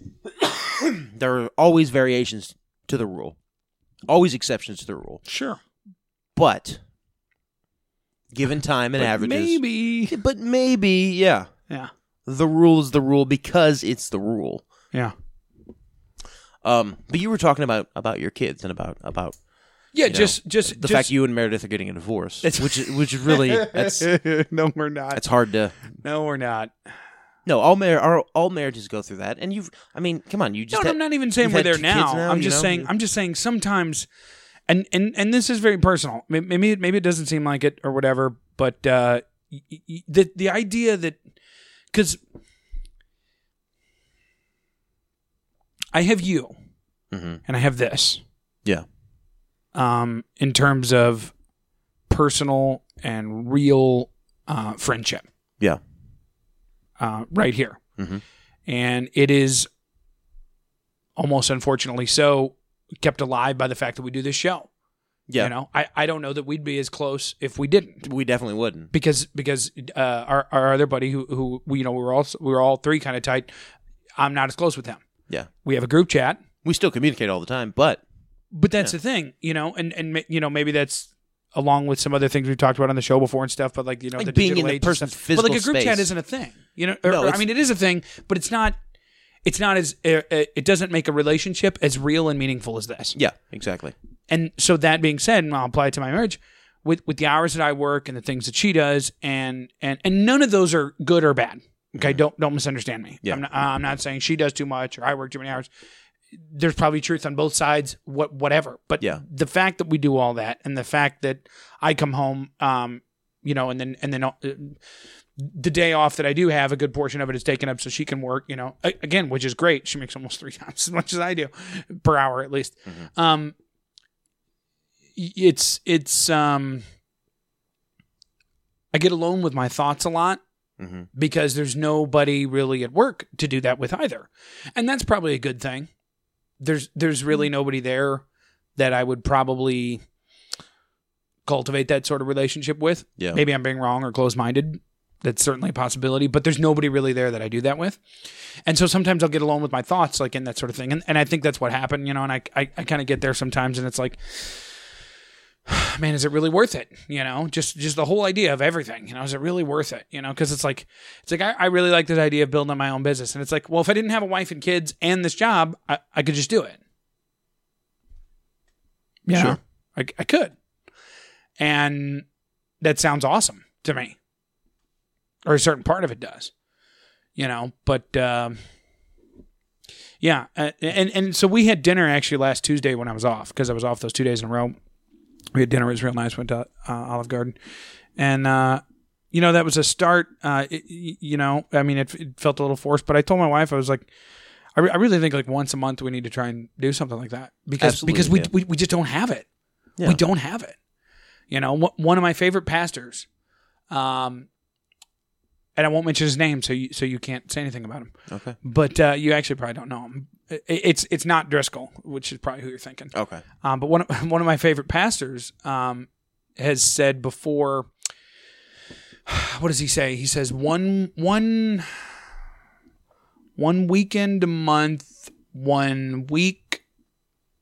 Speaker 2: (coughs) there are always variations to the rule, always exceptions to the rule.
Speaker 1: Sure.
Speaker 2: But given time and
Speaker 1: But
Speaker 2: averages,
Speaker 1: Maybe.
Speaker 2: but maybe, yeah,
Speaker 1: Yeah.
Speaker 2: the rule is the rule because it's the rule.
Speaker 1: Yeah.
Speaker 2: Um, but you were talking about about your kids and about about
Speaker 1: Yeah.
Speaker 2: you know,
Speaker 1: just just
Speaker 2: the
Speaker 1: just, (laughs)
Speaker 2: fact you and Meredith are getting a divorce,
Speaker 1: It's-
Speaker 2: which is, which is
Speaker 1: (laughs)
Speaker 2: really that's
Speaker 1: no, we're not.
Speaker 2: that's hard to.
Speaker 1: No, we're not.
Speaker 2: No, all mar- our, all marriages go through that, and you've. I mean, come on, you
Speaker 1: No,
Speaker 2: just.
Speaker 1: no,
Speaker 2: had-
Speaker 1: I'm not even saying
Speaker 2: you've
Speaker 1: we're
Speaker 2: had
Speaker 1: there
Speaker 2: two kids
Speaker 1: now.
Speaker 2: now,
Speaker 1: I'm
Speaker 2: you
Speaker 1: just
Speaker 2: know?
Speaker 1: saying. I'm just saying sometimes, and and and this is very personal. May- Maybe it- maybe it doesn't seem like it or whatever, but uh, y- y- the the idea that because I have you,
Speaker 2: Mhm.
Speaker 1: and I have this.
Speaker 2: Yeah.
Speaker 1: Um, in terms of personal and real uh, friendship.
Speaker 2: Yeah.
Speaker 1: Uh, right here.
Speaker 2: Mhm.
Speaker 1: And it is almost unfortunately so kept alive by the fact that we do this show.
Speaker 2: Yeah,
Speaker 1: You know, I, I don't know that we'd be as close if we didn't.
Speaker 2: we definitely wouldn't.
Speaker 1: Because because uh, our, our other buddy who who we- you know we were all we were all three kind of tight. I'm not as close with him.
Speaker 2: Yeah.
Speaker 1: We have a group chat.
Speaker 2: We still communicate all the time, but
Speaker 1: But that's the thing, you know, and and ma- you know maybe that's along with some other things we've talked about on the show before and stuff. But like you know,
Speaker 2: Like
Speaker 1: the
Speaker 2: being
Speaker 1: digital
Speaker 2: in the
Speaker 1: age and
Speaker 2: person's
Speaker 1: stuff.
Speaker 2: physical
Speaker 1: Well, like a group
Speaker 2: space.
Speaker 1: chat isn't a thing, you know. Or,
Speaker 2: No,
Speaker 1: or- I
Speaker 2: it's-
Speaker 1: mean, it is a thing, but it's not. It's not as uh, uh, it doesn't make a relationship as real and meaningful as this.
Speaker 2: yeah, exactly.
Speaker 1: And so that being said, and I'll apply it to my marriage with with the hours that I work and the things that she does, and and and none of those are good or bad. Okay, don't don't misunderstand me.
Speaker 2: Mm-hmm. Yeah.
Speaker 1: I'm not, I'm not saying she does too much or I work too many hours. There's probably truth on both sides. What whatever, but
Speaker 2: Yeah.
Speaker 1: the fact that we do all that and the fact that I come home, um, you know, and then and then uh, the day off that I do have, a good portion of it is taken up so she can work, you know, a- again, which is great. She makes almost three (laughs) times as much as I do per hour at least.
Speaker 2: Mm-hmm.
Speaker 1: Um, y- it's, it's, um, I get alone with my thoughts a lot
Speaker 2: Mhm.
Speaker 1: because there's nobody really at work to do that with either. And that's probably a good thing. There's, there's really nobody there that I would probably cultivate that sort of relationship with.
Speaker 2: Yeah.
Speaker 1: Maybe I'm being wrong or closed minded. That's certainly a possibility, but there's nobody really there that I do that with. And so sometimes I'll get alone with my thoughts, like in that sort of thing. And, and I think that's what happened, you know, and I, I, I kind of get there sometimes and it's like, (sighs) man, is it really worth it? You know, just, just the whole idea of everything, you know, is it really worth it? You know, cause it's like, it's like, I, I really like this idea of building up my own business. And it's like, well, if I didn't have a wife and kids and this job, I, I could just do it. Yeah.
Speaker 2: Sure.
Speaker 1: I, I could. And that sounds awesome to me. Or a certain part of it does. You know, but um yeah, uh, and and so we had dinner actually last Tuesday when I was off because I was off those two days in a row. We had dinner; it was real nice. Went to uh, Olive Garden, and uh, you know that was a start. Uh, it, y- you know, I mean, it, it felt a little forced, but I told my wife I was like, I, re- I really think like once a month we need to try and do something like that because
Speaker 2: Absolutely,
Speaker 1: because we,
Speaker 2: yeah.
Speaker 1: we we just don't have it.
Speaker 2: Yeah.
Speaker 1: We don't have it. You know, wh- one of my favorite pastors, um, and I won't mention his name, so you so you can't say anything about him
Speaker 2: Okay.
Speaker 1: but uh, you actually probably don't know him. I- It's it's not Driscoll, which is probably who you're thinking.
Speaker 2: Okay.
Speaker 1: Um, but one of, (laughs) one of my favorite pastors um, has said before. (sighs) What does he say? He says one one one weekend a month, one week,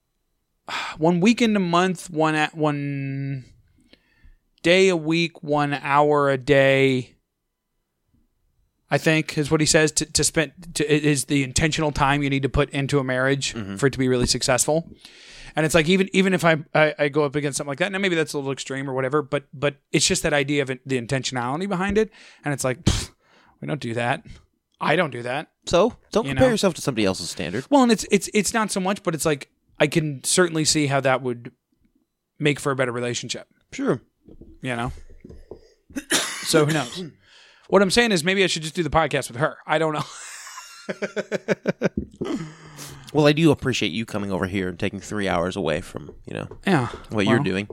Speaker 1: (sighs) one weekend a month, one at one day a week, one hour a day. I think is what he says to, to spend to, it is the intentional time you need to put into a marriage for it to be really successful. And it's like even even if I, I I go up against something like that, now maybe that's a little extreme or whatever, but but it's just that idea of it, the intentionality behind it, and it's like pfft, we don't do that. I don't do that.
Speaker 2: So don't
Speaker 1: You
Speaker 2: compare
Speaker 1: know.
Speaker 2: yourself to somebody else's standard.
Speaker 1: Well, and it's it's it's not so much, but it's like I can certainly see how that would make for a better relationship.
Speaker 2: Sure.
Speaker 1: You know. (coughs) so who knows? What I'm saying is maybe I should just do the podcast with her. I don't know. (laughs)
Speaker 2: Well, I do appreciate you coming over here and taking three hours away from you know
Speaker 1: Yeah.
Speaker 2: what you're
Speaker 1: Well,
Speaker 2: doing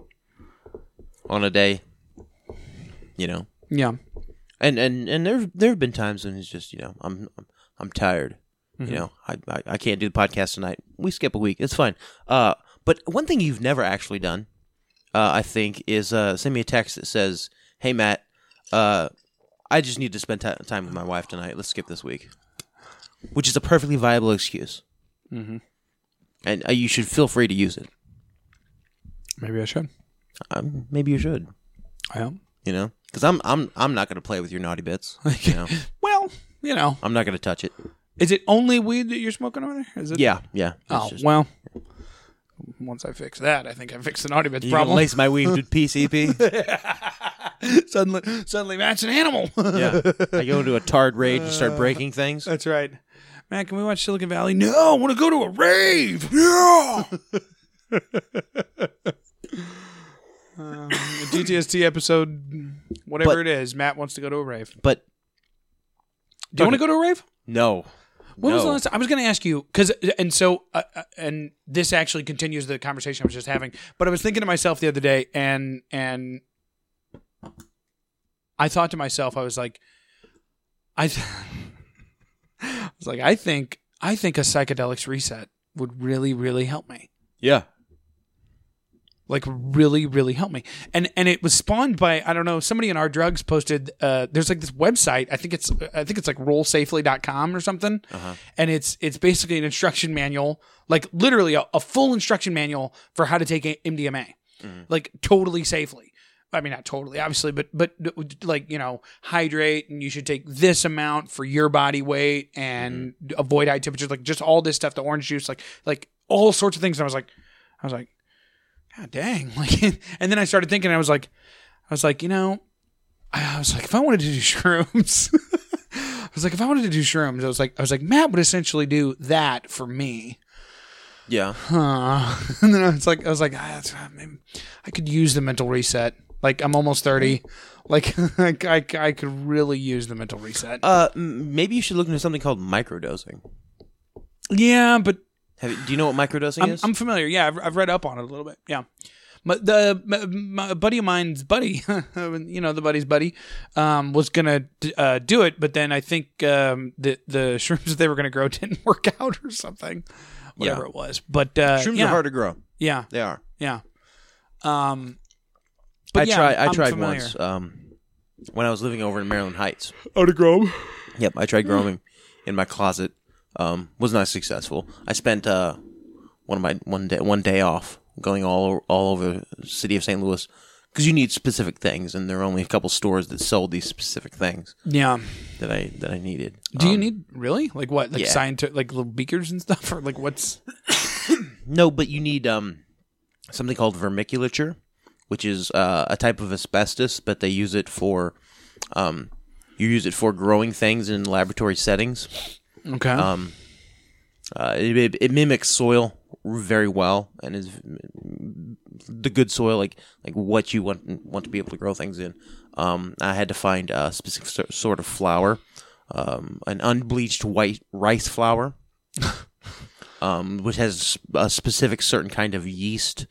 Speaker 2: on a day. You know,
Speaker 1: Yeah.
Speaker 2: and and and there there have been times when it's just you know I'm I'm, I'm tired. You know, I, I I can't do the podcast tonight. We skip a week. It's fine. Uh, but one thing you've never actually done, uh, I think, is uh, send me a text that says, "Hey Matt, uh, I just need to spend ti time with my wife tonight. Let's skip this week," which is a perfectly viable excuse, mm-hmm. and uh, you should feel free to use it.
Speaker 1: Maybe I should.
Speaker 2: Um, maybe you should.
Speaker 1: I am.
Speaker 2: You know, because I'm I'm I'm not gonna play with your naughty bits. You know,
Speaker 1: Well, you know,
Speaker 2: I'm not gonna touch it.
Speaker 1: is it only weed that you're smoking over there? Is it?
Speaker 2: Yeah, yeah.
Speaker 1: Oh
Speaker 2: It's just-
Speaker 1: well. Once I fix that, I think I fixed the naughty bitch
Speaker 2: You gonna
Speaker 1: problem.
Speaker 2: lace my weave to PCP.
Speaker 1: (laughs) suddenly, suddenly, Matt's an animal. (laughs)
Speaker 2: yeah, I go into a tard rage and start breaking things.
Speaker 1: That's right. Matt, can we watch Silicon Valley? No, I want to go to a rave. (laughs) Yeah. um, the GTST episode, whatever
Speaker 2: But-
Speaker 1: it is, Matt wants to go to a rave.
Speaker 2: But
Speaker 1: Do you want to go to a rave?
Speaker 2: no,
Speaker 1: When was the
Speaker 2: No.
Speaker 1: last time? I was going to ask you because, and so, uh, uh, and this actually continues the conversation I was just having. But I was thinking to myself the other day, and and I thought to myself, I was like, I, th- (laughs) I was like, I think, I think a psychedelics reset would really, really help me
Speaker 2: yeah,
Speaker 1: like really really helped me and and it was spawned by i don't know somebody in our drugs posted uh there's like this website i think it's i think it's like rollsafely.com or something and it's it's basically an instruction manual like literally a, a full instruction manual for how to take a- mdma like totally safely i mean not totally obviously but but like you know hydrate and you should take this amount for your body weight and avoid high temperatures like just all this stuff the orange juice like like all sorts of things and i was like i was like God "Ah, dang. (laughs) Like, and then I started thinking, I was like, I was like, you know, I was like, if I wanted to do (laughs) shrooms, I was like, if I wanted to do shrooms, I was like, I was like, Matt would essentially do that for me. (laughs)
Speaker 2: yeah.
Speaker 1: Huh. And then I was like, I was like, ah, that's, maybe I could use the mental reset. Like I'm almost thirty. Like (laughs) I, I, I could really use the mental reset.
Speaker 2: Uh, m- maybe you should look into something called microdosing.
Speaker 1: yeah, but
Speaker 2: Have you, do you know what microdosing
Speaker 1: I'm,
Speaker 2: is?
Speaker 1: I'm familiar. Yeah, I've, I've read up on it a little bit. Yeah. But the my, my buddy of mine's buddy, (laughs) you know, the buddy's buddy, um, was gonna d- uh, do it, but then I think um, the the (laughs) shrooms that they were gonna grow didn't work out or something, whatever it was. But uh,
Speaker 2: Shrooms
Speaker 1: yeah,
Speaker 2: are hard to grow.
Speaker 1: Yeah,
Speaker 2: They are.
Speaker 1: yeah. Um, but
Speaker 2: I
Speaker 1: yeah,
Speaker 2: tried. I
Speaker 1: I'm
Speaker 2: tried
Speaker 1: familiar.
Speaker 2: once. Um, when I was living over in Maryland Heights.
Speaker 4: Out of Grove.
Speaker 2: Yep, I tried growing in my closet. Um, was not successful. I spent uh, one of my one day one day off going all all over the city of St. Louis because you need specific things, and there are only a couple stores that sold these specific things
Speaker 1: Yeah.
Speaker 2: that I that I needed.
Speaker 1: Do you
Speaker 2: Um,
Speaker 1: need really like what like
Speaker 2: yeah.
Speaker 1: scientific like little beakers and (laughs) stuff or like what's
Speaker 2: No, but you need um something called vermiculature, which is uh, a type of asbestos, but they use it for um you use it for growing things in laboratory settings.
Speaker 1: okay?
Speaker 2: Um, uh, it, it, it mimics soil very well and is the good soil, like like what you want want to be able to grow things in. Um, I had to find a specific so- sort of flour, um, an unbleached white rice flour, um, which has a specific certain kind of yeast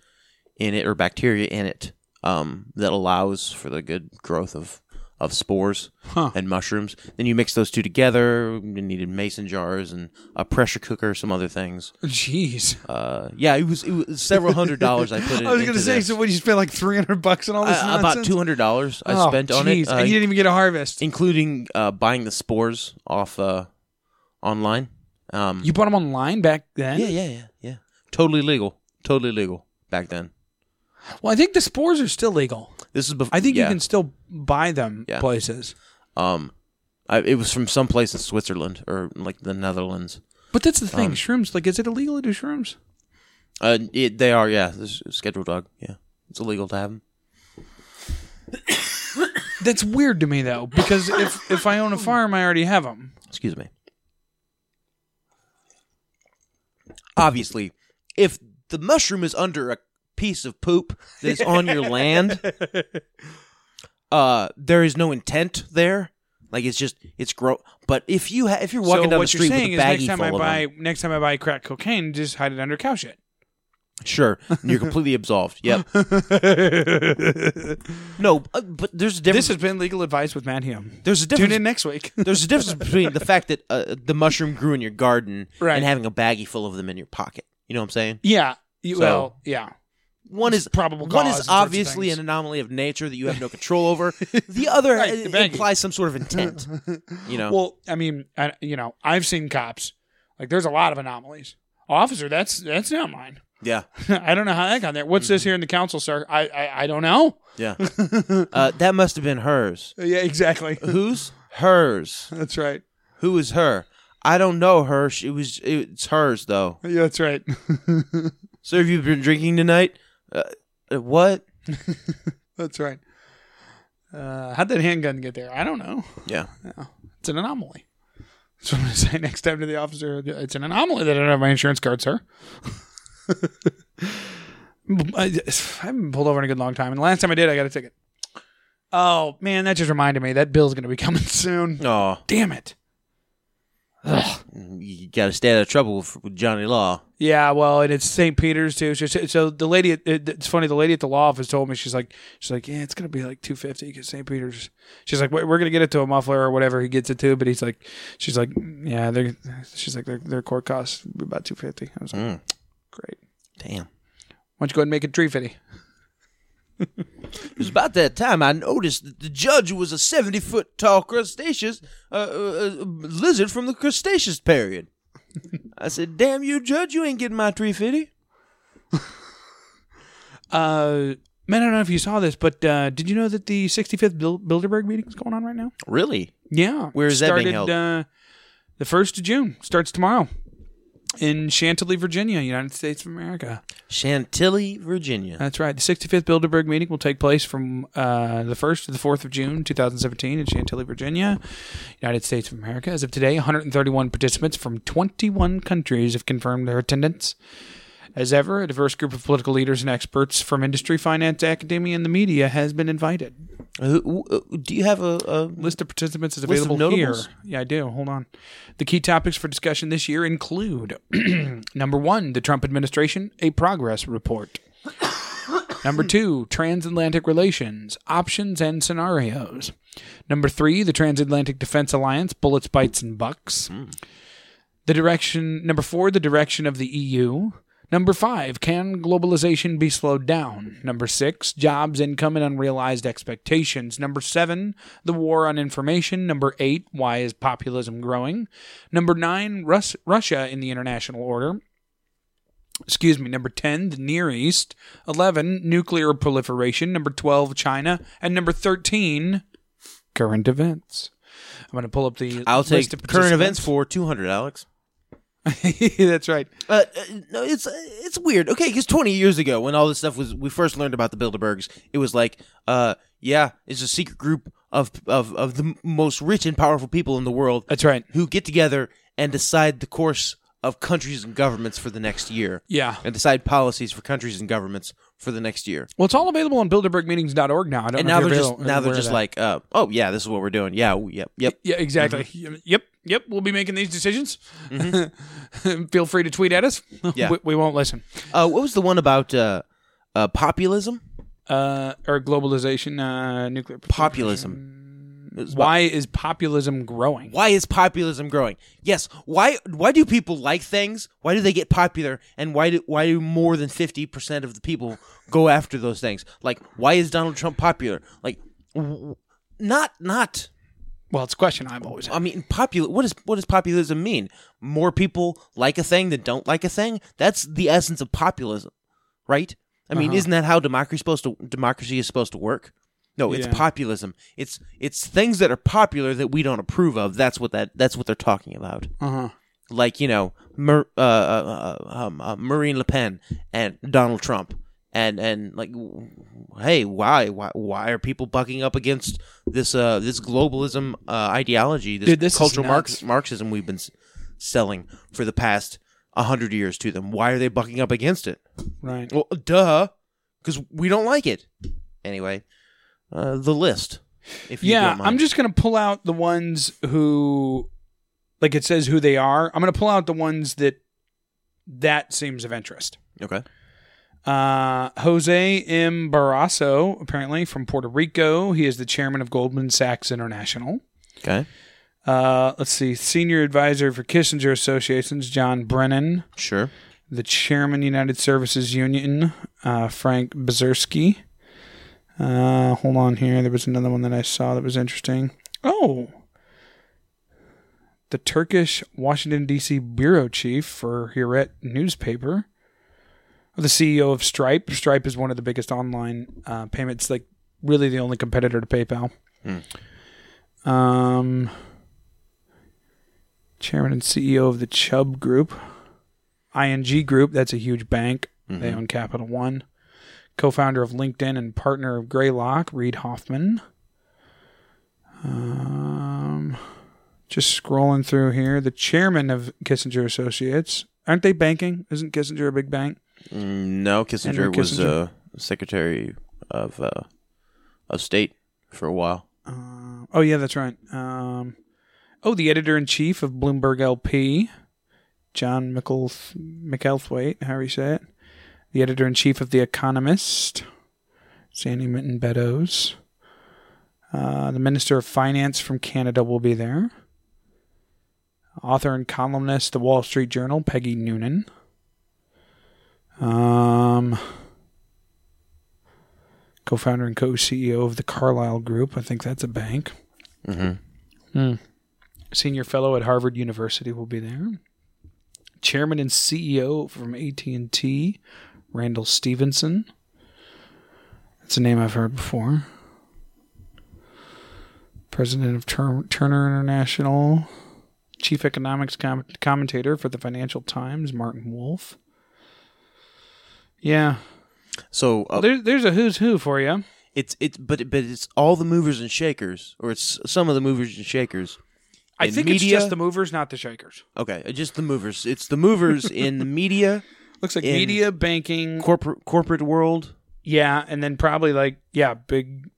Speaker 2: in it or bacteria in it um, that allows for the good growth of of spores and mushrooms. Then you mix those two together. You needed mason jars and a pressure cooker, some other things.
Speaker 1: (laughs) Jeez,
Speaker 2: Uh, yeah, it was it was several hundred dollars I
Speaker 1: (laughs)
Speaker 2: put. In,
Speaker 1: I was
Speaker 2: into
Speaker 1: gonna say,
Speaker 2: this.
Speaker 1: so what you spend like three hundred bucks on all this?
Speaker 2: Uh, about
Speaker 1: nonsense?
Speaker 2: two hundred dollars I
Speaker 1: Oh,
Speaker 2: spent on
Speaker 1: jeez.
Speaker 2: it, uh,
Speaker 1: and you didn't even get a harvest.
Speaker 2: including uh, buying the spores off uh, online. Um,
Speaker 1: You bought them online back then.
Speaker 2: yeah, yeah, yeah, yeah. Totally legal. Totally legal back then.
Speaker 1: Well, I think the spores are still legal.
Speaker 2: This is before.
Speaker 1: I think you can still buy them
Speaker 2: Yeah.
Speaker 1: places.
Speaker 2: Um, I, it was from some place in Switzerland or like the Netherlands.
Speaker 1: But that's the thing,
Speaker 2: Um,
Speaker 1: shrooms. Like, is it illegal to do shrooms?
Speaker 2: Uh, it, they are, yeah. This is scheduled dog, yeah. It's illegal to have them.
Speaker 1: That's weird to me though,
Speaker 2: (laughs)
Speaker 1: because if if I own a farm, I already have them.
Speaker 2: Excuse me. Obviously, if the mushroom is under a piece of poop that is on your land,
Speaker 1: (laughs)
Speaker 2: uh, there is no intent there. Like it's just it's grow. But if you ha- if you're walking
Speaker 1: so
Speaker 2: down
Speaker 1: what
Speaker 2: the street
Speaker 1: you're
Speaker 2: with
Speaker 1: saying
Speaker 2: a
Speaker 1: is
Speaker 2: baggie
Speaker 1: next time
Speaker 2: full
Speaker 1: I
Speaker 2: of
Speaker 1: buy
Speaker 2: them,
Speaker 1: next time I buy crack cocaine, just hide it under cow shit.
Speaker 2: sure, you're
Speaker 1: (laughs)
Speaker 2: completely absolved. Yep. no, uh, but there's a difference.
Speaker 1: This has been legal advice with Matt Hume.
Speaker 2: there's a
Speaker 1: Tune
Speaker 2: difference
Speaker 1: in next week.
Speaker 2: There's a difference between the fact that uh, the mushroom grew in your garden
Speaker 1: Right.
Speaker 2: and having a baggie full of them in your pocket. You know what I'm saying?
Speaker 1: (laughs) yeah. You,
Speaker 2: So-
Speaker 1: well, yeah.
Speaker 2: One is
Speaker 1: probable
Speaker 2: One
Speaker 1: cause and
Speaker 2: is
Speaker 1: sorts of
Speaker 2: obviously
Speaker 1: things.
Speaker 2: an anomaly of nature that you have no control over.
Speaker 1: (laughs)
Speaker 2: The other
Speaker 1: Right,
Speaker 2: uh,
Speaker 1: the baggie.
Speaker 2: implies some sort of intent. You know,
Speaker 1: Well, I mean, I, you know, I've seen cops. Like, there's a lot of anomalies. Officer, that's that's not mine.
Speaker 2: yeah,
Speaker 1: (laughs) I don't know how that got there. What's this here in the council, sir? I I, I don't know. (laughs)
Speaker 2: yeah. uh, that must have been hers.
Speaker 1: Yeah, exactly. (laughs)
Speaker 2: Whose? Hers.
Speaker 1: That's right.
Speaker 2: Who is her? I don't know her. She was. It's hers though.
Speaker 1: Yeah, that's right. (laughs)
Speaker 2: Sir, have you been drinking tonight? Uh, uh, what?
Speaker 1: That's right. Uh, how'd that handgun get there? I don't know.
Speaker 2: Yeah.
Speaker 1: It's an anomaly. That's what I'm gonna (laughs) say next time to the officer. It's an anomaly that I don't have my insurance card, sir. (laughs) I I haven't been pulled over in a good long time, and the last time I did, I got a ticket. Oh man, that just reminded me that bill's gonna be coming (laughs) soon.
Speaker 2: Oh,
Speaker 1: Damn it.
Speaker 2: you got to stay out of trouble with with Johnny Law.
Speaker 1: Yeah, well, and it's St. Peter's too. So, so the lady, at- it, it's funny. The lady at the law office told me she's like, she's like, yeah, it's gonna be like two fifty because St. Peter's. She's like, we're we're gonna get it to a muffler or whatever he gets it to, but he's like, she's like, yeah, they're, she's like, their their court costs about two fifty. I was like,
Speaker 2: Mm.
Speaker 1: great.
Speaker 2: Damn.
Speaker 1: Why don't you go ahead and make it three fifty?
Speaker 2: It was about that time I noticed that the judge was a 70 foot tall crustaceous uh, uh, uh, lizard from the crustaceous period. I said, Damn you, judge, you ain't getting my 350.
Speaker 1: Uh, man, I don't know if you saw this, but uh, did you know that the sixty fifth Bil- Bilderberg meeting is going on right now?
Speaker 2: Really?
Speaker 1: Yeah,
Speaker 2: Where is that being
Speaker 1: started,
Speaker 2: held?
Speaker 1: Uh, the first of June starts tomorrow in Chantilly, Virginia, United States of America.
Speaker 2: Chantilly, Virginia.
Speaker 1: That's right. The 65th Bilderberg meeting will take place from uh, the 1st to the 4th of June, 2017, in Chantilly, Virginia, United States of America. As of today, 131 participants from 21 countries have confirmed their attendance. As ever, a diverse group of political leaders and experts from industry, finance, academia, and the media has been invited.
Speaker 2: Uh, Who- who- do you have a, a
Speaker 1: List of participants is
Speaker 2: Um, List of
Speaker 1: available here.
Speaker 2: notables?
Speaker 1: Yeah, I do. Hold on. The key topics for discussion this year include (clears throat) number one, the Trump administration, a progress report. (coughs) number two, transatlantic relations, options and scenarios. Number three, the Transatlantic Defense Alliance, bullets, bites, and bucks. The direction number four, the direction of the EU. Number five, can globalization be slowed down? Number six, jobs, income, and unrealized expectations. Number seven, the war on information. Number eight, why is populism growing? Number nine, Rus- Russia in the international order. Excuse me. Number 10, the Near East. 11, nuclear proliferation. Number 12, China. And number 13, current events. I'm going to pull up the
Speaker 2: I'll take
Speaker 1: list of
Speaker 2: current events
Speaker 1: participants.
Speaker 2: for 200, Alex.
Speaker 1: (laughs) That's right.
Speaker 2: Uh, uh, no, it's uh, it's weird. Okay, because 20 years ago, when all this stuff was, we first learned about the Bilderbergs, it was like, uh, yeah, it's a secret group of of of the m- most rich and powerful people in the world
Speaker 1: That's right.
Speaker 2: who get together and decide the course of countries and governments for the next year,
Speaker 1: Yeah.
Speaker 2: and decide policies for countries and governments for the next year.
Speaker 1: Well, it's all available on bilderbergmeetings.org now. I don't
Speaker 2: And
Speaker 1: know
Speaker 2: now
Speaker 1: if
Speaker 2: they're
Speaker 1: you're
Speaker 2: just now
Speaker 1: avail-
Speaker 2: they're
Speaker 1: aware of
Speaker 2: just
Speaker 1: that.
Speaker 2: like, uh, oh yeah, this is what we're doing. Yeah, w- yep, yep.
Speaker 1: yeah, exactly.
Speaker 2: Mm-hmm.
Speaker 1: Yep, yep. We'll be making these decisions. (laughs) Feel free to tweet at us.
Speaker 2: Mm-hmm. Yeah.
Speaker 1: (laughs) we, we won't listen.
Speaker 2: Uh, what was the one about uh, uh, populism?
Speaker 1: Uh, or globalization, uh, nuclear
Speaker 2: Populism. It was about-
Speaker 1: Why is populism growing?
Speaker 2: Why is populism growing? Yes. Why why do people like things? Why do they get popular? And why do why do more than fifty percent of the people go after those things? Like why is Donald Trump popular? Like w- not not
Speaker 1: Well, it's a question I've always had.
Speaker 2: I mean popular. What is what does populism mean? More people like a thing than don't like a thing. That's the essence of populism, right? I mean, isn't that how democracy supposed to democracy is supposed to work? No, it's
Speaker 1: Yeah.
Speaker 2: populism. It's it's things that are popular that we don't approve of. That's what that that's what they're talking about.
Speaker 1: Uh-huh.
Speaker 2: Like you know, Mer, uh, uh, uh, um, uh, Marine Le Pen and Donald Trump, and and like, w- hey, why why why are people bucking up against this uh this globalism uh, ideology, this,
Speaker 1: Dude, this is
Speaker 2: cultural Marx,
Speaker 1: nuts.
Speaker 2: Marxism we've been s- selling for the past hundred years to them? Why are they bucking up against it?
Speaker 1: Right.
Speaker 2: Well, duh, because we don't like it. Anyway, uh, the list. If you
Speaker 1: Yeah,
Speaker 2: don't mind.
Speaker 1: I'm just gonna pull out the ones who, like it says who they are. I'm gonna pull out the ones that that seems of interest.
Speaker 2: okay.
Speaker 1: Uh, Jose M. Barrasso, apparently from Puerto Rico. He is the chairman of Goldman Sachs International.
Speaker 2: Okay,
Speaker 1: Uh, let's see, senior advisor for Kissinger Associations, John Brennan,
Speaker 2: sure.
Speaker 1: the chairman United Services Union, uh, Frank Bazersky. Uh, hold on here. There was another one that I saw that was interesting. Oh, the Turkish Washington D.C. bureau chief for Hürriyet newspaper, the CEO of Stripe. Stripe is one of the biggest online uh, payments, like really the only competitor to PayPal. Um, chairman and CEO of the Chubb Group, ING Group. That's a huge bank. They own Capital One. Co-founder of LinkedIn and partner of Greylock, Reed Hoffman. Um, just scrolling through here. The chairman of Kissinger Associates. Aren't they banking? Isn't Kissinger a big bank?
Speaker 2: No, Kissinger
Speaker 1: Henry
Speaker 2: was uh,
Speaker 1: Kissinger.
Speaker 2: Secretary of uh, of State for a while.
Speaker 1: Oh yeah, that's right. Um, oh, the editor in chief of Bloomberg LP, John McElth- McElthwaite, however you say it. The editor in chief of The Economist, Sandy Minton Beddoes. Uh, the minister of finance from Canada will be there. Author and columnist, The Wall Street Journal, Peggy Noonan. Um, co-founder and co-CEO of the Carlyle Group. I think that's a bank. Mm-hmm. Senior fellow at Harvard University will be there. Chairman and CEO from AT and T, Randall Stevenson. That's a name I've heard before. President of Tur- Turner International, chief economics com- commentator for the Financial Times, Martin Wolf. Yeah,
Speaker 2: So uh,
Speaker 1: there, there's a who's who for you.
Speaker 2: it's it's but but it's all the movers and shakers, or it's some of the movers and shakers.
Speaker 1: I
Speaker 2: in
Speaker 1: think it's
Speaker 2: media. uh,
Speaker 1: just the movers, not the shakers. (laughs)
Speaker 2: Okay, just the movers. It's the movers in the media,
Speaker 1: Looks like
Speaker 2: in
Speaker 1: media, banking,
Speaker 2: corporate corporate world.
Speaker 1: yeah, and then probably like yeah, big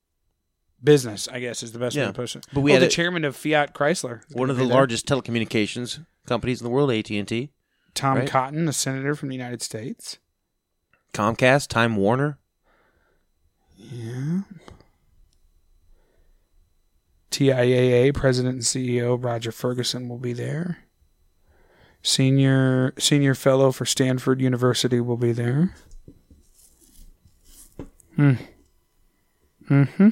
Speaker 1: business. I guess is the best way
Speaker 2: Yeah.
Speaker 1: to push it.
Speaker 2: But we
Speaker 1: Oh,
Speaker 2: had
Speaker 1: the
Speaker 2: a-
Speaker 1: chairman of Fiat Chrysler,
Speaker 2: One of the largest telecommunications companies in the world, AT and T,
Speaker 1: Tom
Speaker 2: right?
Speaker 1: Cotton, a senator from the United States.
Speaker 2: Comcast, Time Warner.
Speaker 1: TIAA president and CEO Roger Ferguson will be there. Senior senior fellow for Stanford University will be there. Hmm. Mm-hmm.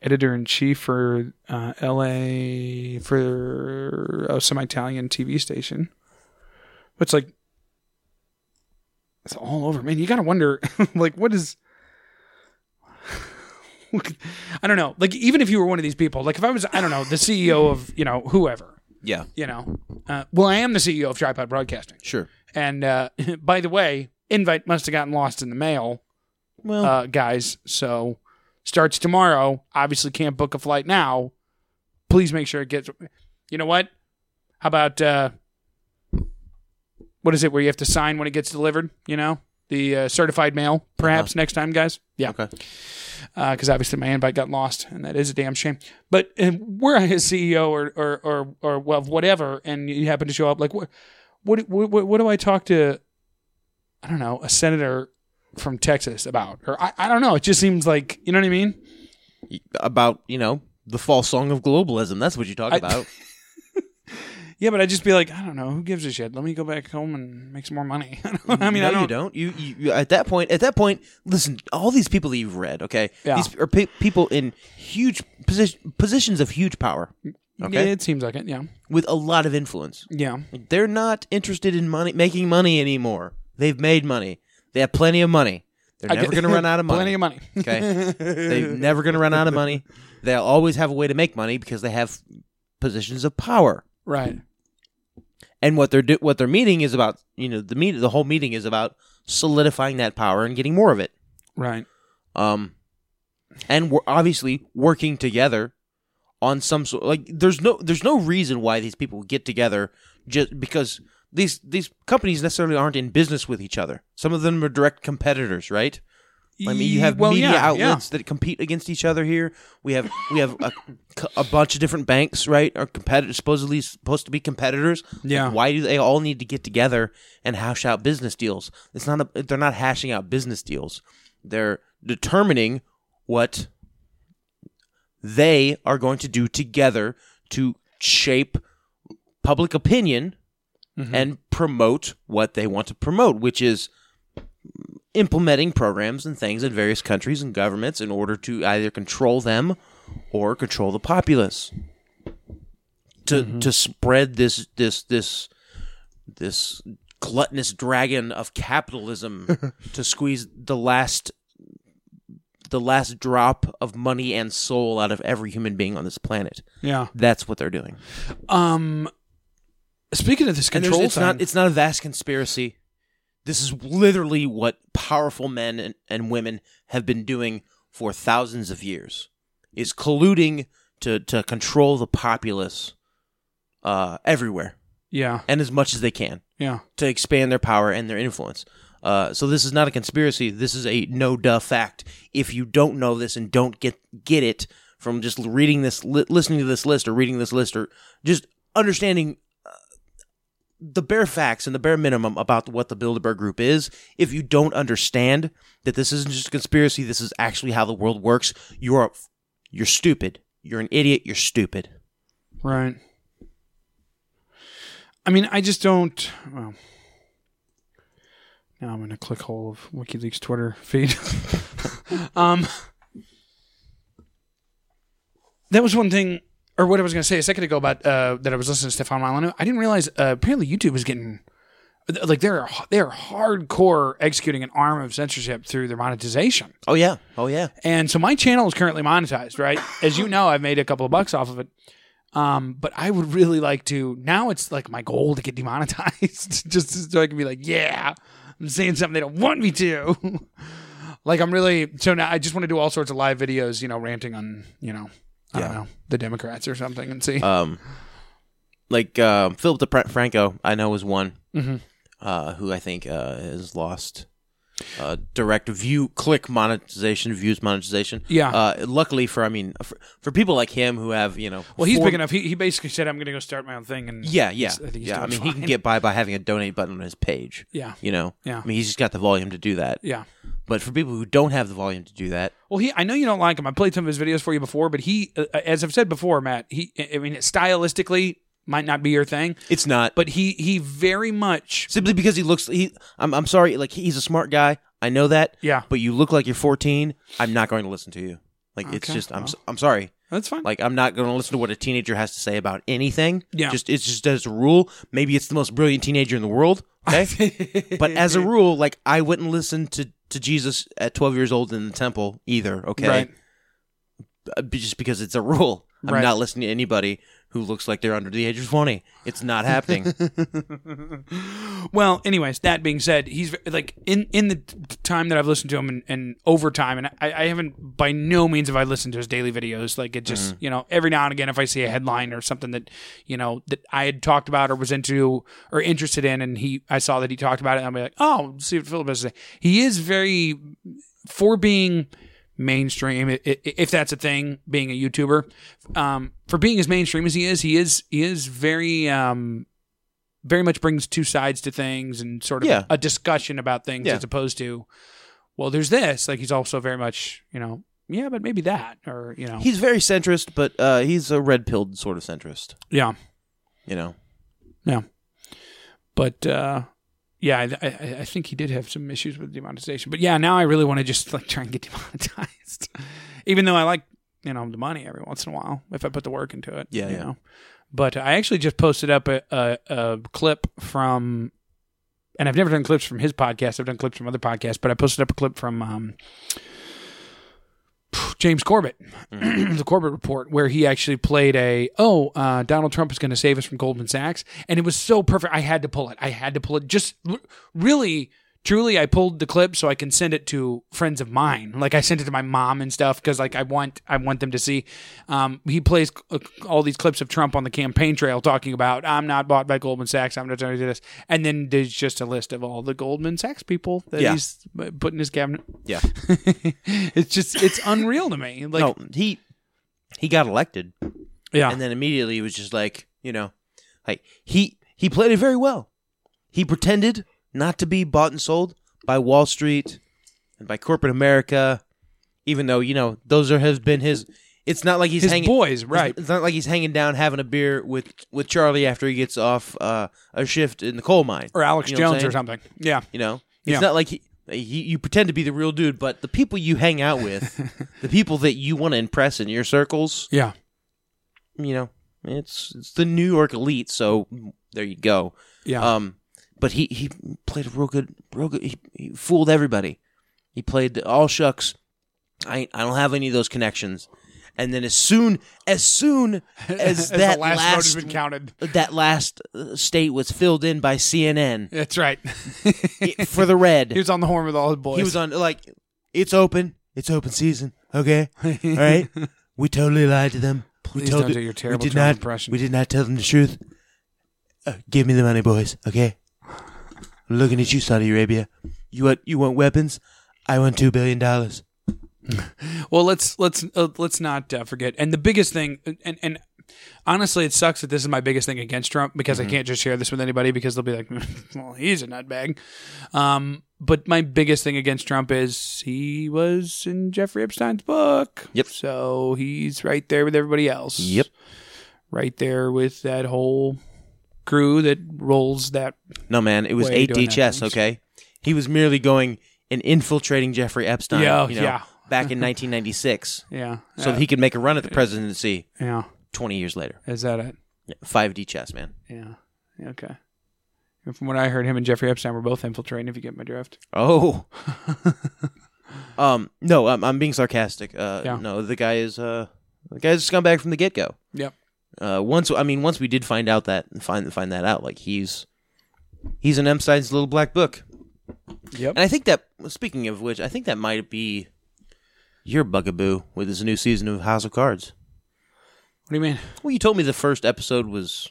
Speaker 1: Editor in chief for uh, LA for oh, some Italian TV station. It's like it's all over, man. You gotta wonder, (laughs) like, what is I don't know. Like, even if you were one of these people, like if I was, I don't know, the CEO of, you know, whoever,
Speaker 2: Yeah,
Speaker 1: you know, uh, well, I am the CEO of Tripod Broadcasting.
Speaker 2: sure.
Speaker 1: And uh, (laughs) by the way, invite must have gotten lost in the mail,
Speaker 2: Well,
Speaker 1: uh, guys. So starts tomorrow. Obviously, can't book a flight now. Please make sure it gets. You know what? How about uh, what is it where you have to sign when it gets delivered? You know, the uh, certified mail. Perhaps next time, guys. Yeah
Speaker 2: okay.
Speaker 1: because uh, obviously my invite got lost, and that is a damn shame. But uh, were I a CEO or or or or well, whatever, and you happen to show up, like what what what, what do I talk to? I don't know a senator from Texas about, or I, I don't know. It just seems like you know what I mean.
Speaker 2: About you know the false song of globalism. That's what you talk
Speaker 1: I-
Speaker 2: about.
Speaker 1: Yeah, but I would just be like, I don't know, who gives a shit? Let me go back home and make some more money. (laughs) I mean,
Speaker 2: no,
Speaker 1: I don't.
Speaker 2: you don't. You, you, you at that point. At that point, listen. All these people that you've read, okay,
Speaker 1: Yeah.
Speaker 2: these are pe- people in huge position, positions of huge power, okay,
Speaker 1: It seems like it. Yeah,
Speaker 2: with a lot of influence.
Speaker 1: yeah.
Speaker 2: They're not interested in money, making money anymore. They've made money. They have plenty of money. They're
Speaker 1: I
Speaker 2: never
Speaker 1: get-
Speaker 2: going to run
Speaker 1: (laughs)
Speaker 2: out of money.
Speaker 1: Plenty of money.
Speaker 2: Okay, they're never going to run out of money. They'll always have a way to make money because they have positions of power.
Speaker 1: Right.
Speaker 2: And what they're do- what they're meeting is about. You know, the meet the whole meeting is about solidifying that power and getting more of it.
Speaker 1: Right.
Speaker 2: um, and we're obviously working together on some sort. Like there's no there's no reason why these people get together just because these these companies necessarily aren't in business with each other. Some of them are direct competitors, right? I mean, you have
Speaker 1: E, Well,
Speaker 2: media
Speaker 1: yeah, yeah.
Speaker 2: outlets that compete against each other here. We have we have a, a bunch of different banks, right? Are competitors supposedly supposed to be competitors? Like,
Speaker 1: Yeah.
Speaker 2: why do they all need to get together and hash out business deals? It's not a, they're not hashing out business deals. They're determining what they are going to do together to shape public opinion
Speaker 1: Mm-hmm.
Speaker 2: and promote what they want to promote, which is implementing programs and things in various countries and governments in order to either control them or control the populace to to spread this this this this gluttonous dragon of capitalism to squeeze the last the last drop of money and soul out of every human being on this planet.
Speaker 1: Yeah.
Speaker 2: That's what they're doing.
Speaker 1: Um. Speaking of this
Speaker 2: And there's-
Speaker 1: control
Speaker 2: it's
Speaker 1: thing,
Speaker 2: not it's not a vast conspiracy. This is literally what powerful men and, and women have been doing for thousands of years. Is colluding to to control the populace uh, everywhere
Speaker 1: yeah,
Speaker 2: and as much as they can
Speaker 1: yeah.
Speaker 2: to expand their power and their influence. Uh, so this is not a conspiracy. This is a no duh fact. If you don't know this and don't get get it from just reading this, li- listening to this list, or reading this list, or just understanding uh, the bare facts and the bare minimum about what the Bilderberg Group is, if you don't understand that this isn't just a conspiracy, this is actually how the world works, you're a f- you're stupid. You're an idiot. You're stupid.
Speaker 1: Right. I mean, I just don't. Well, now I'm in a click hole of WikiLeaks Twitter feed. (laughs) um, that was one thing, or what I was going to say a second ago about uh, that I was listening to Stefan Milano. I didn't realize uh, apparently YouTube is getting like they're they're hardcore executing an arm of censorship through their monetization.
Speaker 2: Oh yeah. Oh yeah.
Speaker 1: And so my channel is currently monetized, right? As you know, I've made a couple of bucks off of it. Um, but I would really like to now it's like my goal to get demonetized (laughs) just so I can be like, yeah, I'm saying something they don't want me to. (laughs) like I'm really so now I just want to do all sorts of live videos,
Speaker 2: Uh,
Speaker 1: you know, ranting on, you know, I don't know, the Democrats or something and see.
Speaker 2: Um, like uh, Philip DeFranco, I know is one
Speaker 1: Mhm.
Speaker 2: uh, who I think uh, has lost uh, direct view click monetization, views monetization.
Speaker 1: Yeah.
Speaker 2: Uh, luckily for I mean for, for people like him who have you know
Speaker 1: Well, he's
Speaker 2: four-
Speaker 1: big enough. He, he basically said, "I'm going to go start my own thing." And
Speaker 2: Yeah, yeah,
Speaker 1: he's- I think he's
Speaker 2: yeah. I
Speaker 1: doing
Speaker 2: mean, he
Speaker 1: fine.
Speaker 2: can get by by having a donate button on his page.
Speaker 1: yeah,
Speaker 2: You know,
Speaker 1: Yeah.
Speaker 2: I mean, he's just got the volume to do that.
Speaker 1: yeah.
Speaker 2: But for people who don't have the volume to do that,
Speaker 1: Well, he. I know you don't like him. I played some of his videos for you before, but he, uh, as I've said before, Matt. He. I mean, stylistically might not be your thing,
Speaker 2: it's not.
Speaker 1: but he he very much.
Speaker 2: simply because he looks, he, I'm, I'm sorry, like he's a smart guy. I know that.
Speaker 1: Yeah,
Speaker 2: But you look like you're 14. I'm not going to listen to you. Like it's
Speaker 1: Okay,
Speaker 2: just, I'm,
Speaker 1: well.
Speaker 2: s- I'm sorry.
Speaker 1: that's fine.
Speaker 2: Like I'm not going to listen to what a teenager has to say about anything.
Speaker 1: Yeah.
Speaker 2: Just it's just as a rule. Maybe it's the most brilliant teenager in the world. Okay.
Speaker 1: (laughs)
Speaker 2: but as a rule, like I wouldn't listen to to Jesus at 12 years old in the temple either. Okay.
Speaker 1: Right.
Speaker 2: Uh, be- Just because it's a rule. I'm
Speaker 1: Right.
Speaker 2: not listening to anybody who looks like they're under the age of 20. It's not
Speaker 1: (laughs)
Speaker 2: happening.
Speaker 1: (laughs) well, anyways, that being said, he's like in in the t- time that I've listened to him and, and over time, and I, I haven't by no means have I listened to his daily videos. Like it just you know every now and again, if I see a headline or something that you know that I had talked about or was into or interested in, and he I saw that he talked about it, and I'll be like, oh, let's see what Philip has to say. He is very for being mainstream i- i- if that's a thing being a youtuber um for being as mainstream as he is he is he is very um very much brings two sides to things and sort of
Speaker 2: Yeah.
Speaker 1: a discussion about things
Speaker 2: Yeah.
Speaker 1: as opposed to well there's this like he's also very much you know yeah but maybe that or you know
Speaker 2: he's very centrist, but uh, he's a red pilled sort of centrist.
Speaker 1: yeah
Speaker 2: You know.
Speaker 1: but uh yeah, I, I, I think he did have some issues with demonetization. But yeah, now I really want to just like try and get (laughs) demonetized, even though I like you know the money every once in a while if I put the work into it.
Speaker 2: Yeah,
Speaker 1: you
Speaker 2: yeah.
Speaker 1: Know? But I actually just posted up a, a, a clip from, and I've never done clips from his podcast. I've done clips from other podcasts, but I posted up a clip from um, James Corbett, (clears throat) the Corbett Report, where he actually played a oh uh, Donald Trump is going to save us from Goldman Sachs, and it was so perfect. I had to pull it. I had to pull it. Just r- really, truly, I pulled the clip so I can send it to friends of mine. Like I sent it to my mom and stuff because like I want I want them to see. Um, he plays uh, all these clips of Trump on the campaign trail talking about I'm not bought by Goldman Sachs. I'm not going to do this, and then there's just a list of all the Goldman Sachs people that
Speaker 2: Yeah.
Speaker 1: he's uh, put in his cabinet.
Speaker 2: Yeah.
Speaker 1: (laughs) it's just it's unreal to me. Like
Speaker 2: no, he he got elected,
Speaker 1: yeah.
Speaker 2: and then immediately he was just like, you know, like he he played it very well. He pretended not to be bought and sold by Wall Street and by corporate America, even though you know those are has been his. It's not like he's
Speaker 1: his
Speaker 2: hanging.
Speaker 1: boys,
Speaker 2: it's-
Speaker 1: right?
Speaker 2: It's not like he's hanging down having a beer with with Charlie after he gets off uh, a shift in the coal mine
Speaker 1: Or Alex
Speaker 2: You know what I'm
Speaker 1: Jones or
Speaker 2: saying?
Speaker 1: something. Yeah.
Speaker 2: You know, it's
Speaker 1: Yeah.
Speaker 2: not like he, he you pretend to be the real dude, but the people you hang out
Speaker 1: (laughs)
Speaker 2: with, the people that you want to impress in your circles,
Speaker 1: Yeah.
Speaker 2: you know, it's it's the New York elite. So there you go.
Speaker 1: Yeah. (laughs)
Speaker 2: Um, but he he played a real good, real good. He, he fooled everybody. He played the all shucks. I I don't have any of those connections. And then as soon as
Speaker 1: (laughs)
Speaker 2: soon as, that
Speaker 1: the last, vote
Speaker 2: last,
Speaker 1: has been counted.
Speaker 2: that last uh, state was filled in by CNN
Speaker 1: That's
Speaker 2: (laughs)
Speaker 1: right. (laughs)
Speaker 2: it- for the red.
Speaker 1: he was on the horn with all his boys.
Speaker 2: He was on like it's open. It's open season.
Speaker 1: (laughs)
Speaker 2: Okay. All right. We totally lied to them.
Speaker 1: Please
Speaker 2: we told
Speaker 1: don't
Speaker 2: the-
Speaker 1: do your terrible
Speaker 2: we did
Speaker 1: Trump
Speaker 2: not,
Speaker 1: impression.
Speaker 2: We did not tell them the truth. Uh, give me the money, boys. Okay. I'm looking at you, Saudi Arabia. You want you want weapons? I want two billion dollars.
Speaker 1: well, let's let's uh, let's not uh, forget. And the biggest thing, and and honestly, it sucks that this is my biggest thing against Trump because
Speaker 2: Mm-hmm.
Speaker 1: I can't just share this with anybody because they'll be like, (laughs) "Well, he's a nutbag." Um, but my biggest thing against Trump is he was in Jeffrey Epstein's book.
Speaker 2: Yep.
Speaker 1: So he's right there with everybody else.
Speaker 2: Yep.
Speaker 1: Right there with that whole crew that rolls that.
Speaker 2: No, man, it was
Speaker 1: Way of
Speaker 2: eight
Speaker 1: doing
Speaker 2: D
Speaker 1: that,
Speaker 2: chess.
Speaker 1: thanks.
Speaker 2: Okay, he was merely going and infiltrating Jeffrey Epstein.
Speaker 1: Yeah,
Speaker 2: you know,
Speaker 1: yeah.
Speaker 2: back in 1996,
Speaker 1: Yeah.
Speaker 2: so
Speaker 1: Uh,
Speaker 2: he could make a run at the presidency
Speaker 1: yeah.
Speaker 2: 20 years later.
Speaker 1: Is that it?
Speaker 2: Five D chess, man.
Speaker 1: Yeah. Yeah, Okay. And from what I heard, him and Jeffrey Epstein were both infiltrating. If you get my drift. (laughs)
Speaker 2: Oh. um. No, I'm, I'm being sarcastic. Uh,
Speaker 1: Yeah.
Speaker 2: No, the guy is uh, the guy's a scumbag from the get go.
Speaker 1: Yep.
Speaker 2: Uh, once I mean, once we did find out that find find that out, like he's he's in Epstein's little black book.
Speaker 1: Yep.
Speaker 2: And I think that speaking of which, I think that might be your bugaboo with this new season of House of Cards.
Speaker 1: What do you mean?
Speaker 2: Well, you told me the first episode was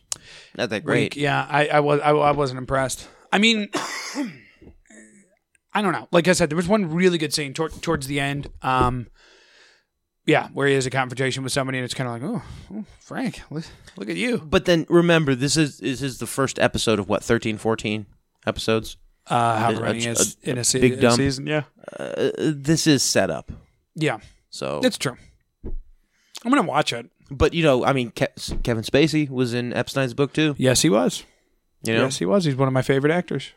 Speaker 2: Not that great.
Speaker 1: Yeah, I, I was I, I wasn't impressed. I mean, (coughs) I don't know. Like I said, there was one really good scene tor- towards the end. Um, yeah, where he has a confrontation with somebody, and it's kind of like, oh, oh, Frank, look, look at you.
Speaker 2: But then remember, this is this is the first episode of what 13, 14 episodes.
Speaker 1: Uh, how
Speaker 2: A- a-
Speaker 1: running is
Speaker 2: a-
Speaker 1: in a, se-
Speaker 2: big
Speaker 1: a
Speaker 2: dump.
Speaker 1: season? Yeah,
Speaker 2: Uh, this is set up.
Speaker 1: yeah,
Speaker 2: So,
Speaker 1: it's true. I'm gonna watch it.
Speaker 2: but you know, I mean, Ke- Kevin Spacey was in Epstein's book too.
Speaker 1: Yes, he was.
Speaker 2: You know,
Speaker 1: Yes, he was. He's one of my favorite actors.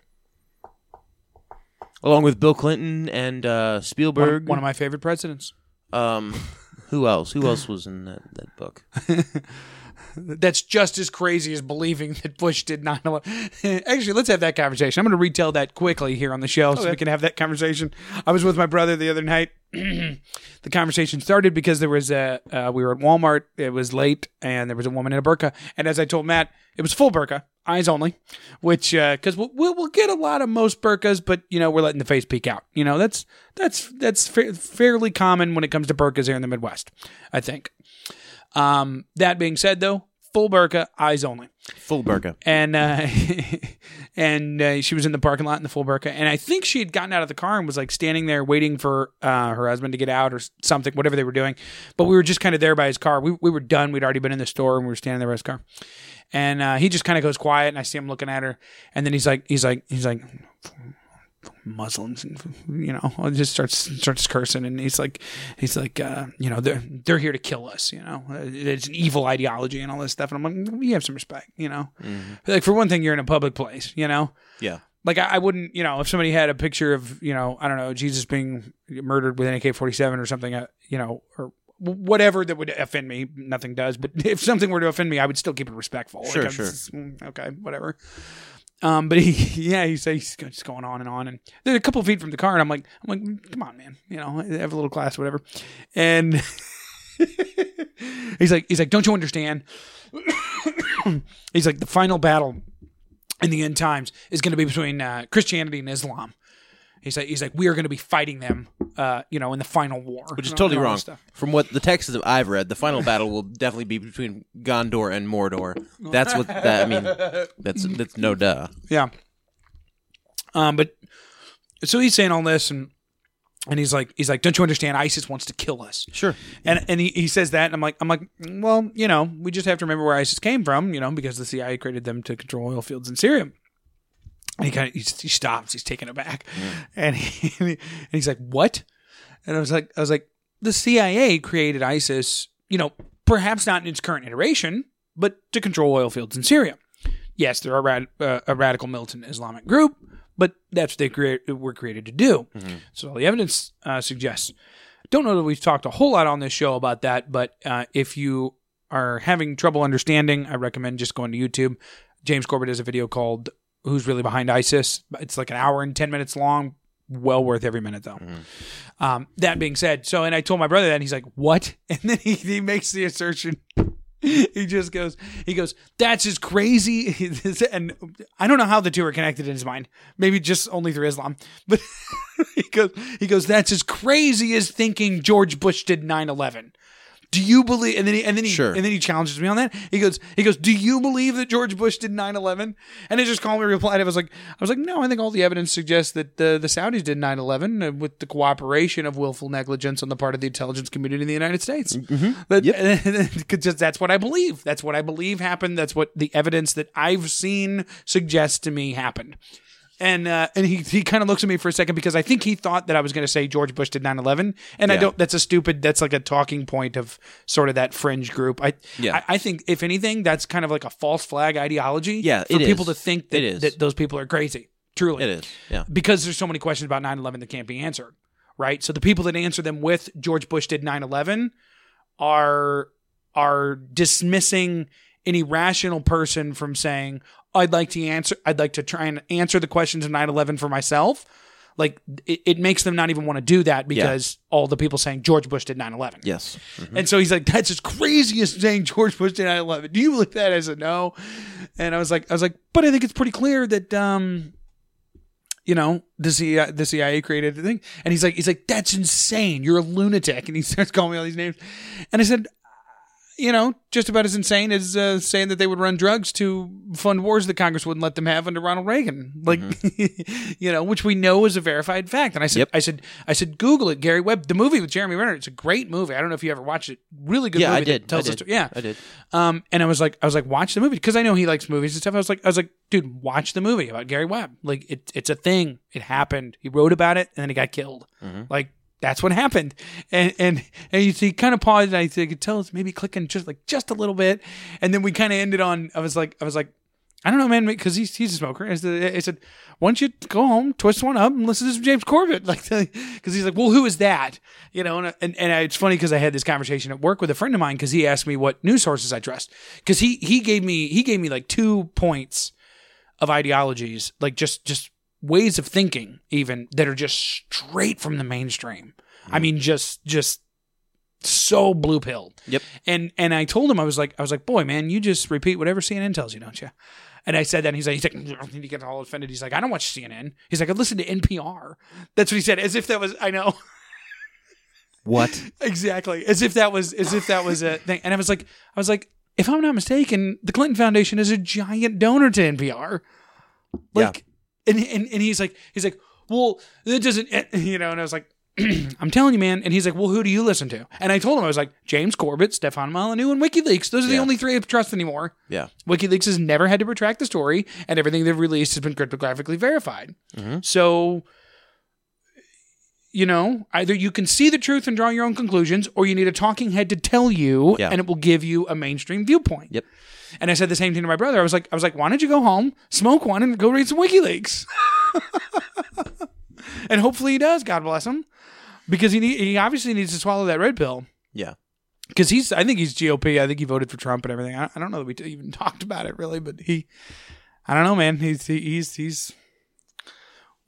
Speaker 2: along with Bill Clinton and uh,
Speaker 1: One,
Speaker 2: Spielberg.
Speaker 1: one of my favorite presidents.
Speaker 2: um, who else? Who else was in that, that book?
Speaker 1: That's just as crazy as believing that Bush did 9 11. (laughs) Actually, let's have that conversation. I'm going to retell that quickly here on the show so we can have that conversation. I was with my brother the other night. (clears throat) the conversation started because there was a, uh, we were at Walmart. It was late and there was a woman in a burqa. And as I told Matt, it was full burqa, eyes only, which, because we'll, we'll, we'll get a lot of most burqas, but, you know, we're letting the face peek out. You know, that's, that's, that's fa- fairly common when it comes to burqas here in the Midwest, I think. Um, that being said, though, full burqa, eyes only,
Speaker 2: Full burqa.
Speaker 1: and uh, (laughs) and uh, she was in the parking lot in the full burqa, and I think she had gotten out of the car and was like standing there waiting for uh, her husband to get out or s- something, whatever they were doing. But we were just kind of there by his car. We we were done. We'd already been in the store, and we were standing there by his car. And uh, he just kind of goes quiet, and I see him looking at her, and then he's like, he's like, he's like, Muslims, and you know, just starts starts cursing, and he's like, he's like, uh, you know, they're they're here to kill us, you know, Uh, it's an evil ideology and all this stuff, and I'm like, you have some respect, you know, like for one thing, you're in a public place, you know,
Speaker 2: Yeah.
Speaker 1: like I, I wouldn't, you know, if somebody had a picture of, you know, I don't know, Jesus being murdered with an AK-47 or something, uh, you know, or w- whatever that would offend me, nothing does. But (laughs) if something were to offend me, I would still keep it respectful.
Speaker 2: Sure,
Speaker 1: I'm
Speaker 2: sure.
Speaker 1: just, mm, okay, whatever. Um, but he, (laughs) yeah, he's, he's go- just going on and on, and they're a couple feet from the car, and I'm like, I'm like, come on, man, you know, have a little class, whatever. And he's like, he's like, don't you understand? (coughs) he's like, the final battle in the end times is going to be between uh, Christianity and Islam. He's like, he's like, we are going to be fighting them, uh, you know, in the final war,
Speaker 2: Which is
Speaker 1: and all-
Speaker 2: totally
Speaker 1: and all
Speaker 2: wrong.
Speaker 1: this stuff.
Speaker 2: From what the texts that I've read, the final battle will definitely be between Gondor and Mordor. That's what that. I mean, that's that's no duh.
Speaker 1: Yeah. Um, but so he's saying all this, and and he's like, he's like, don't you understand? ISIS wants to kill us.
Speaker 2: Sure.
Speaker 1: And and he, he says that, and I'm like, I'm like, well, you know, we just have to remember where ISIS came from, you know, because the CIA created them to control oil fields in Syria. And he kind of he, he stops, he's taken aback, and he, (laughs) and he's like, what? And I was like, I was like, the CIA created ISIS, you know, perhaps not in its current iteration, but to control oil fields in Syria. Yes, they're a, rad- uh, a radical militant Islamic group, but that's what they create- were created to do. So all the evidence uh, suggests. Don't know that we've talked a whole lot on this show about that, but uh, if you are having trouble understanding, I recommend just going to YouTube. James Corbett has a video called "Who's Really Behind ISIS." It's like an hour and ten minutes long. Well worth every minute, though. Um, that being said, so and I told my brother that and he's like, "What?" (laughs) And then he, he makes the assertion. (laughs) He just goes, he goes, that's as crazy. (laughs) And I don't know how the two are connected in his mind. Maybe just only through Islam. But (laughs) he goes, he goes, that's as crazy as thinking George Bush did 9 11. Do you believe? And then he, and then he,
Speaker 2: Sure.
Speaker 1: and then he challenges me on that. He goes, he goes, do you believe that George Bush did 9 11? And it just calmly replied. I was like, I was like, no, I think all the evidence suggests that uh, the, the Saudis did 9 11 with the cooperation of willful negligence on the part of the intelligence community in the United States. But, (laughs) because that's what I believe. That's what I believe happened. That's what the evidence that I've seen suggests to me happened. And uh, and he, he kind of looks at me for a second because I think he thought that I was going to say George Bush did 9/11, and I
Speaker 2: Yeah.
Speaker 1: don't. That's a stupid. That's like a talking point of sort of that fringe group. I
Speaker 2: Yeah.
Speaker 1: I, I think if anything, that's kind of like a false flag ideology.
Speaker 2: Yeah,
Speaker 1: for
Speaker 2: it
Speaker 1: people
Speaker 2: is.
Speaker 1: to think that,
Speaker 2: It is.
Speaker 1: that those people are crazy. Truly,
Speaker 2: It is. Yeah.
Speaker 1: because there's so many questions about 9-11 that can't be answered right so the people that answer them with george bush did 9-11 are are dismissing any rational person from saying i'd like to answer i'd like to try and answer the questions of 9-11 for myself like it, it makes them not even want to do that because all the people saying george bush did 9-11
Speaker 2: Yes.
Speaker 1: and so he's like, "That's as crazy as saying George Bush did 9/11." Do you believe that? I said, "No." And I was like, "I was like, but I think it's pretty clear that, um, you know, the CIA, the CIA created the thing." And (laughs) he's like, "He's like, that's insane. You're a lunatic." And he starts calling me all these names. And I said, you know, just about as insane as uh, saying that they would run drugs to fund wars that Congress wouldn't let them have under Ronald Reagan. Like,
Speaker 2: Mm-hmm.
Speaker 1: (laughs) you know, which we know is a verified fact. And I said, I said, I said, Google it, Gary Webb. The movie with Jeremy Renner. It's a great movie. I don't know if you ever watched it. Really good
Speaker 2: Yeah,
Speaker 1: movie.
Speaker 2: I did.
Speaker 1: That tells
Speaker 2: I
Speaker 1: the
Speaker 2: did.
Speaker 1: story. Yeah,
Speaker 2: I did.
Speaker 1: Um, and I was like, I was like, watch the movie because I know he likes movies and stuff. I was like, I was like, dude, watch the movie about Gary Webb. Like, it, it's a thing. It happened. He wrote about it and then he got killed. Like, that's what happened. And and and you see, kind of paused. And I think could tell it's maybe clicking just like just a little bit. And then we kind of ended on. I was like, I was like, I don't know, man, because he's he's a smoker. I said, I said, why don't you go home, twist one up, and listen to some James Corbett, (laughs) like, because he's like, well, who is that? You know, and and, and I, it's funny because I had this conversation at work with a friend of mine because he asked me what news sources I trust because he he gave me he gave me like two points of ideologies, like just just ways of thinking, even that are just straight from the mainstream. I mean, just just so blue pilled.
Speaker 2: Yep.
Speaker 1: And and I told him I was like I was like, boy, man, you just repeat whatever CNN tells you, don't you? And I said that and he's like, he's like, he gets all offended. He's like, I don't watch CNN. He's like, I listen to NPR. That's what he said, as if that was I know.
Speaker 2: What?
Speaker 1: Exactly. As if that was as if that was a thing. And I was like, I was like, if I'm not mistaken, the Clinton Foundation is a giant donor to NPR. Like and, and and he's like he's like, Well, that doesn't eh, (laughs) you know, and I was like, (clears throat) I'm telling you, man. And he's like, Well, who do you listen to? And I told him, I was like, James Corbett, Stefan Molyneux, and WikiLeaks. Those are the
Speaker 2: Yeah.
Speaker 1: only three I trust anymore.
Speaker 2: Yeah.
Speaker 1: WikiLeaks has never had to retract the story, and everything they've released has been cryptographically verified.
Speaker 2: Mm-hmm.
Speaker 1: So, you know, either you can see the truth and draw your own conclusions, or you need a talking head to tell you,
Speaker 2: Yeah.
Speaker 1: and it will give you a mainstream viewpoint.
Speaker 2: Yep.
Speaker 1: And I said the same thing to my brother. I was like, I was like, why don't you go home, smoke one, and go read some WikiLeaks? (laughs) and hopefully he does. God bless him, because he need, he obviously needs to swallow that red pill
Speaker 2: Yeah.
Speaker 1: because he's I think he's GOP. I think he voted for Trump and everything. I, I don't know that we t- even (laughs) talked about it really, but he, I don't know, man. He's he, he's he's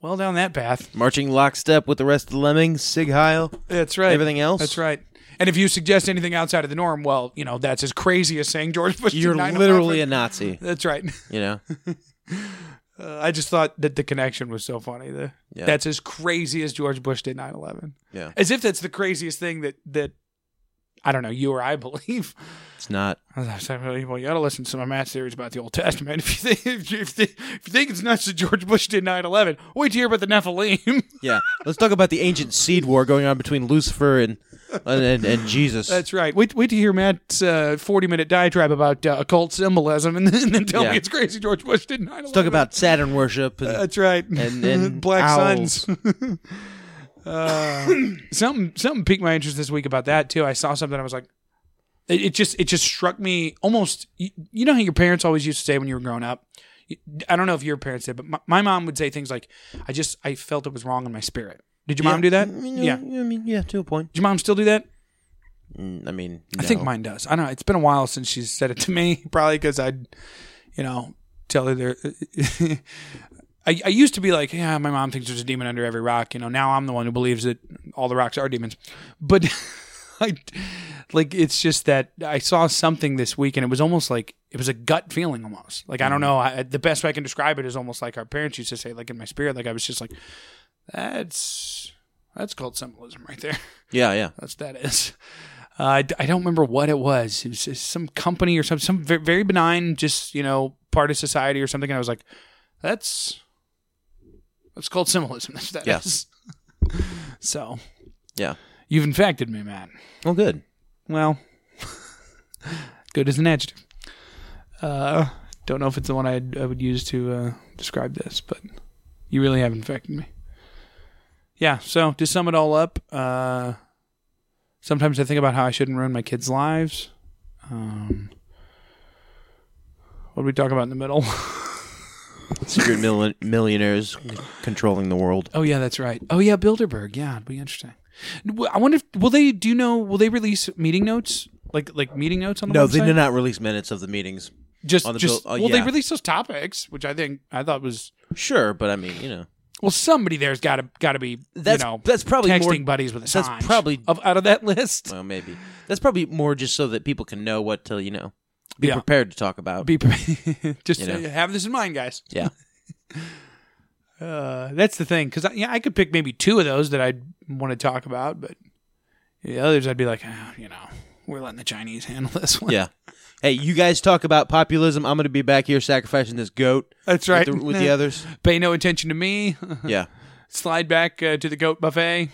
Speaker 1: well down that path.
Speaker 2: Marching lockstep with the rest of the lemmings, Sig Heil.
Speaker 1: That's right.
Speaker 2: Everything else?
Speaker 1: That's right. And if you suggest anything outside of the norm, well, you know that's as crazy as saying George Bush. did
Speaker 2: You're
Speaker 1: 9/11.
Speaker 2: literally a Nazi.
Speaker 1: That's right.
Speaker 2: You know.
Speaker 1: Uh, (laughs) I just thought that the connection was so funny. The,
Speaker 2: Yeah.
Speaker 1: That's as crazy as George Bush did 9/11.
Speaker 2: Yeah.
Speaker 1: As if that's the craziest thing that that I don't know you or I (laughs) believe.
Speaker 2: It's not.
Speaker 1: As I said, well, you ought to listen to some of Matt's theories about the Old Testament. (laughs) If you think, if you think, if you think it's nuts that George Bush did 9 11, wait to hear about the Nephilim. (laughs)
Speaker 2: Yeah. Let's talk about the ancient seed war going on between Lucifer and and, and, and Jesus.
Speaker 1: That's right. Wait wait to hear Matt's 40 minute diatribe about uh, occult symbolism and then, and then tell
Speaker 2: Yeah.
Speaker 1: me it's crazy George Bush did 9 11.
Speaker 2: Let's talk about Saturn worship. And,
Speaker 1: That's right. (laughs)
Speaker 2: and, and
Speaker 1: Black
Speaker 2: owls.
Speaker 1: Suns.
Speaker 2: (laughs)
Speaker 1: something something piqued my interest this week about that too. I saw something I was like, it, it just it just struck me almost. You, you know how your parents always used to say when you were growing up. You- I don't know if your parents did, but my, my mom would say things like, "I just I felt it was wrong in my spirit." Did your mom do that?
Speaker 2: I mean, yeah.
Speaker 1: yeah.
Speaker 2: Mm, I mean, yeah, to a point.
Speaker 1: Did your mom still do that?
Speaker 2: Mm, I mean,
Speaker 1: I think
Speaker 2: no.
Speaker 1: mine does. I don't know. It's been a while since she's said it to me, (laughs) probably because I'd, you know, tell her there. (laughs) I, I used to be like, yeah, my mom thinks there's a demon under every rock. You know, now I'm the one who believes that all the rocks are demons. But (laughs) I, like, it's just that I saw something this week and it was almost like, it was a gut feeling almost. Like, I don't know. I, the best way I can describe it is almost like our parents used to say, like, in my spirit, like, I was just like, that's, that's called symbolism right there.
Speaker 2: Yeah,
Speaker 1: (laughs)
Speaker 2: yeah.
Speaker 1: That's that is. Uh, I, d- I don't remember what it was. It was just some company or some some ve- very benign, just you know, part of society or something. And I was like, that's that's called symbolism. (laughs) That's that
Speaker 2: Yeah.
Speaker 1: is. so
Speaker 2: Yeah.
Speaker 1: you've infected me, man.
Speaker 2: Well, good.
Speaker 1: Well, (laughs) good is an adjective. Uh, don't know if it's the one I'd, I would use to uh, describe this, but you really have infected me. Yeah. So to sum it all up, uh, sometimes I think about how I shouldn't ruin my kids' lives. Um, what did we talk about in the middle? (laughs)
Speaker 2: Secret mil- millionaires controlling the world.
Speaker 1: Oh yeah, that's right. Oh yeah, Bilderberg. Yeah, it'd be interesting. W- I wonder if will they? Do you know? Will they release meeting notes? Like like meeting notes on the
Speaker 2: No,
Speaker 1: website?
Speaker 2: they did not release minutes of the meetings.
Speaker 1: just
Speaker 2: on the
Speaker 1: just
Speaker 2: bill- uh,
Speaker 1: well they
Speaker 2: yeah.
Speaker 1: released those topics which i think i thought was
Speaker 2: Sure, but I mean, you know,
Speaker 1: well somebody there's got to got to be
Speaker 2: That's-
Speaker 1: you know
Speaker 2: that's probably
Speaker 1: texting
Speaker 2: more-
Speaker 1: buddies with a
Speaker 2: that's
Speaker 1: Assange
Speaker 2: probably-
Speaker 1: of, out of that list
Speaker 2: well, maybe that's probably more just so that people can know what to, you know, be
Speaker 1: Yeah.
Speaker 2: prepared to talk about.
Speaker 1: be pre- (laughs) just
Speaker 2: You know.
Speaker 1: have this in mind guys
Speaker 2: yeah,
Speaker 1: uh, that's the thing because I, yeah i could pick maybe two of those that i'd want to talk about but the others i'd be like "Ah, you know We're letting the Chinese handle this one.
Speaker 2: Yeah. Hey, you guys talk about populism. I'm going to be back here sacrificing this goat.
Speaker 1: (laughs) That's right.
Speaker 2: With the,
Speaker 1: (laughs)
Speaker 2: with the others. (laughs)
Speaker 1: Pay no attention to me.
Speaker 2: Yeah.
Speaker 1: Slide back uh, to the goat buffet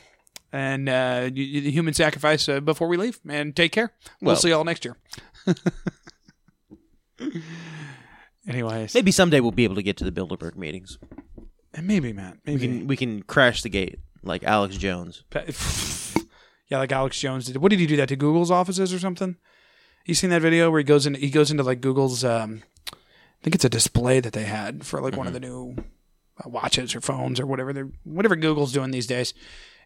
Speaker 1: and uh, y- y- the human sacrifice uh, before we leave. And take care. We'll,
Speaker 2: Well-
Speaker 1: see y'all next year. (laughs) Anyways,
Speaker 2: Maybe someday we'll be able to get to the Bilderberg meetings.
Speaker 1: maybe Matt.
Speaker 2: We
Speaker 1: Maybe.
Speaker 2: can we can crash the gate like Alex Jones.
Speaker 1: Pa- yeah, like Alex Jones did. What did he do that to Google's offices or something? You seen that video where he goes in? He goes into like Google's. Um, I think it's a display that they had for like one
Speaker 2: Mm-hmm.
Speaker 1: of the new uh, watches or phones or whatever they're whatever Google's doing these days.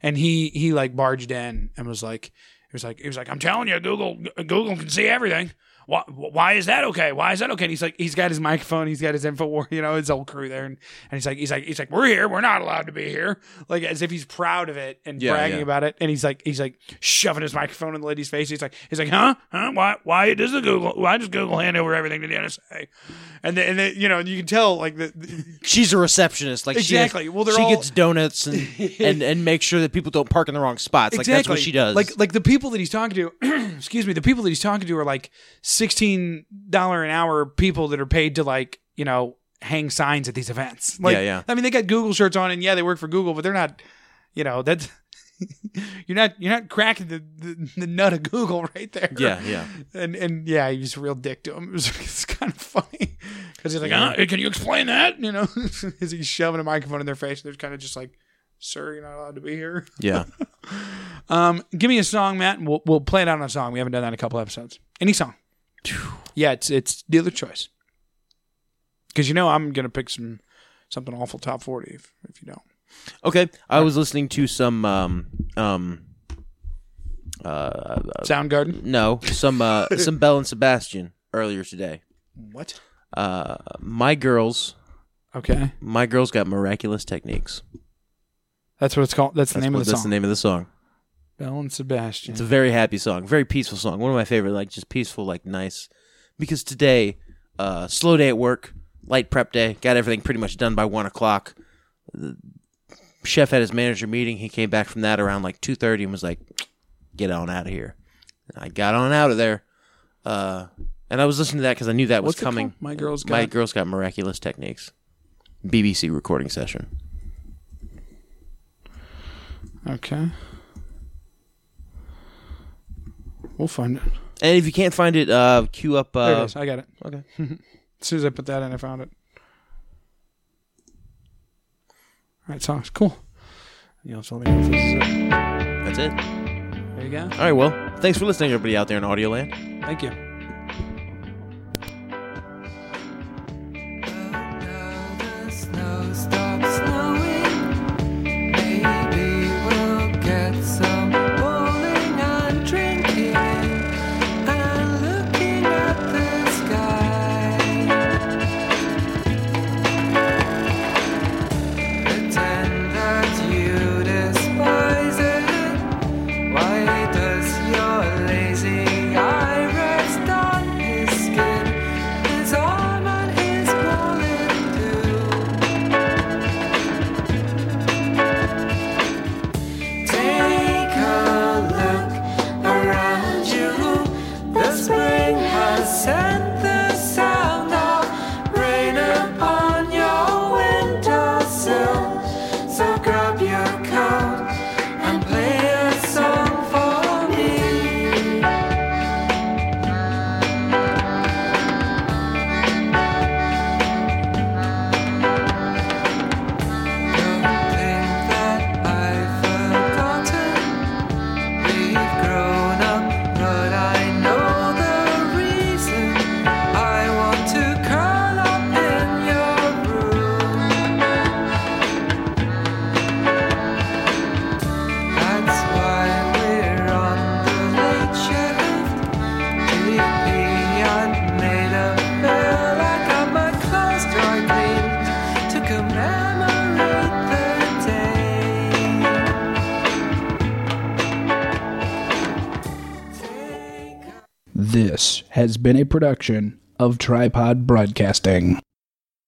Speaker 1: And he he like barged in and was like, it was like, he was like, I'm telling you, Google Google can see everything. Why, why is that okay? Why is that okay? And he's like, he's got his microphone, he's got his info war, (laughs) you know, his whole crew there, and, and he's like, he's like, he's like, we're here, we're not allowed to be here, like as if he's proud of it and
Speaker 2: Yeah,
Speaker 1: bragging
Speaker 2: yeah.
Speaker 1: about it, and he's like, he's like shoving his microphone in the lady's face. He's like, he's like, huh, huh, why, why does the Google, why does Google hand over everything to the NSA? And then, and then you know, you can tell like the, the
Speaker 2: She's a receptionist. Like She,
Speaker 1: Exactly.
Speaker 2: has-
Speaker 1: Well, they're
Speaker 2: she
Speaker 1: all-
Speaker 2: gets donuts (laughs) and, and and make sure that people don't park in the wrong spots. Like that's what she does.
Speaker 1: Like like the people that he's talking to, (clears throat) excuse me, the people that he's talking to are like sixteen dollar an hour people that are paid to like you know hang signs at these events. Like,
Speaker 2: Yeah, yeah.
Speaker 1: I mean, they got Google shirts on, and yeah, they work for Google, but they're not. You know that's (laughs) you're not you're not cracking the, the, the nut of Google (laughs) right there.
Speaker 2: (laughs) yeah, yeah.
Speaker 1: and and yeah, he was a real dick to him. (laughs) It was, it's kind of funny because he's like,
Speaker 2: Yeah.
Speaker 1: "Huh? "Can you explain that?" You know, (laughs) as he's shoving a microphone in their face, they're kind of just like, "Sir, you're not allowed to be here."
Speaker 2: (laughs) Yeah.
Speaker 1: Um, give me a song, Matt, and we'll we'll play it out on a song. We haven't done that in a couple episodes. Any song? Yeah, it's it's dealer choice. Because you know I'm gonna pick some something awful top forty if, if you don't.
Speaker 2: Okay. I was listening to some um um uh
Speaker 1: Soundgarden.
Speaker 2: no, some (laughs) uh some Bell and Sebastian earlier today.
Speaker 1: What?
Speaker 2: Uh my girls
Speaker 1: Okay,
Speaker 2: my girls got miraculous techniques.
Speaker 1: that's what it's called. That's the
Speaker 2: That's,
Speaker 1: name
Speaker 2: what,
Speaker 1: of the
Speaker 2: that's
Speaker 1: song.
Speaker 2: the name of the song.
Speaker 1: Bell and Sebastian.
Speaker 2: It's a very happy song, very peaceful song. One of my favorite, like just peaceful, like nice. Because today, uh, slow day at work, light prep day, got everything pretty much done by one o'clock. The chef had his manager meeting. He came back from that around like two thirty and was like, "Get on out of here." And I got on out of there, uh, and I was listening to that because I knew that
Speaker 1: What's it
Speaker 2: was coming.
Speaker 1: called? My Girls
Speaker 2: my
Speaker 1: Got-
Speaker 2: girls got miraculous techniques. BBC recording session.
Speaker 1: Okay. We'll find it.
Speaker 2: And if you can't find it, uh, queue up.
Speaker 1: There it
Speaker 2: Uh,
Speaker 1: is. I got it.
Speaker 2: okay.
Speaker 1: (laughs) As soon as I put that in, I found it. All right, songs. Cool. You know, so this is it.
Speaker 2: That's it. All
Speaker 1: There you go.
Speaker 2: right. Well, thanks for listening, everybody out there in Audio Land.
Speaker 1: Thank you.
Speaker 4: This has been a production of Tripod Broadcasting.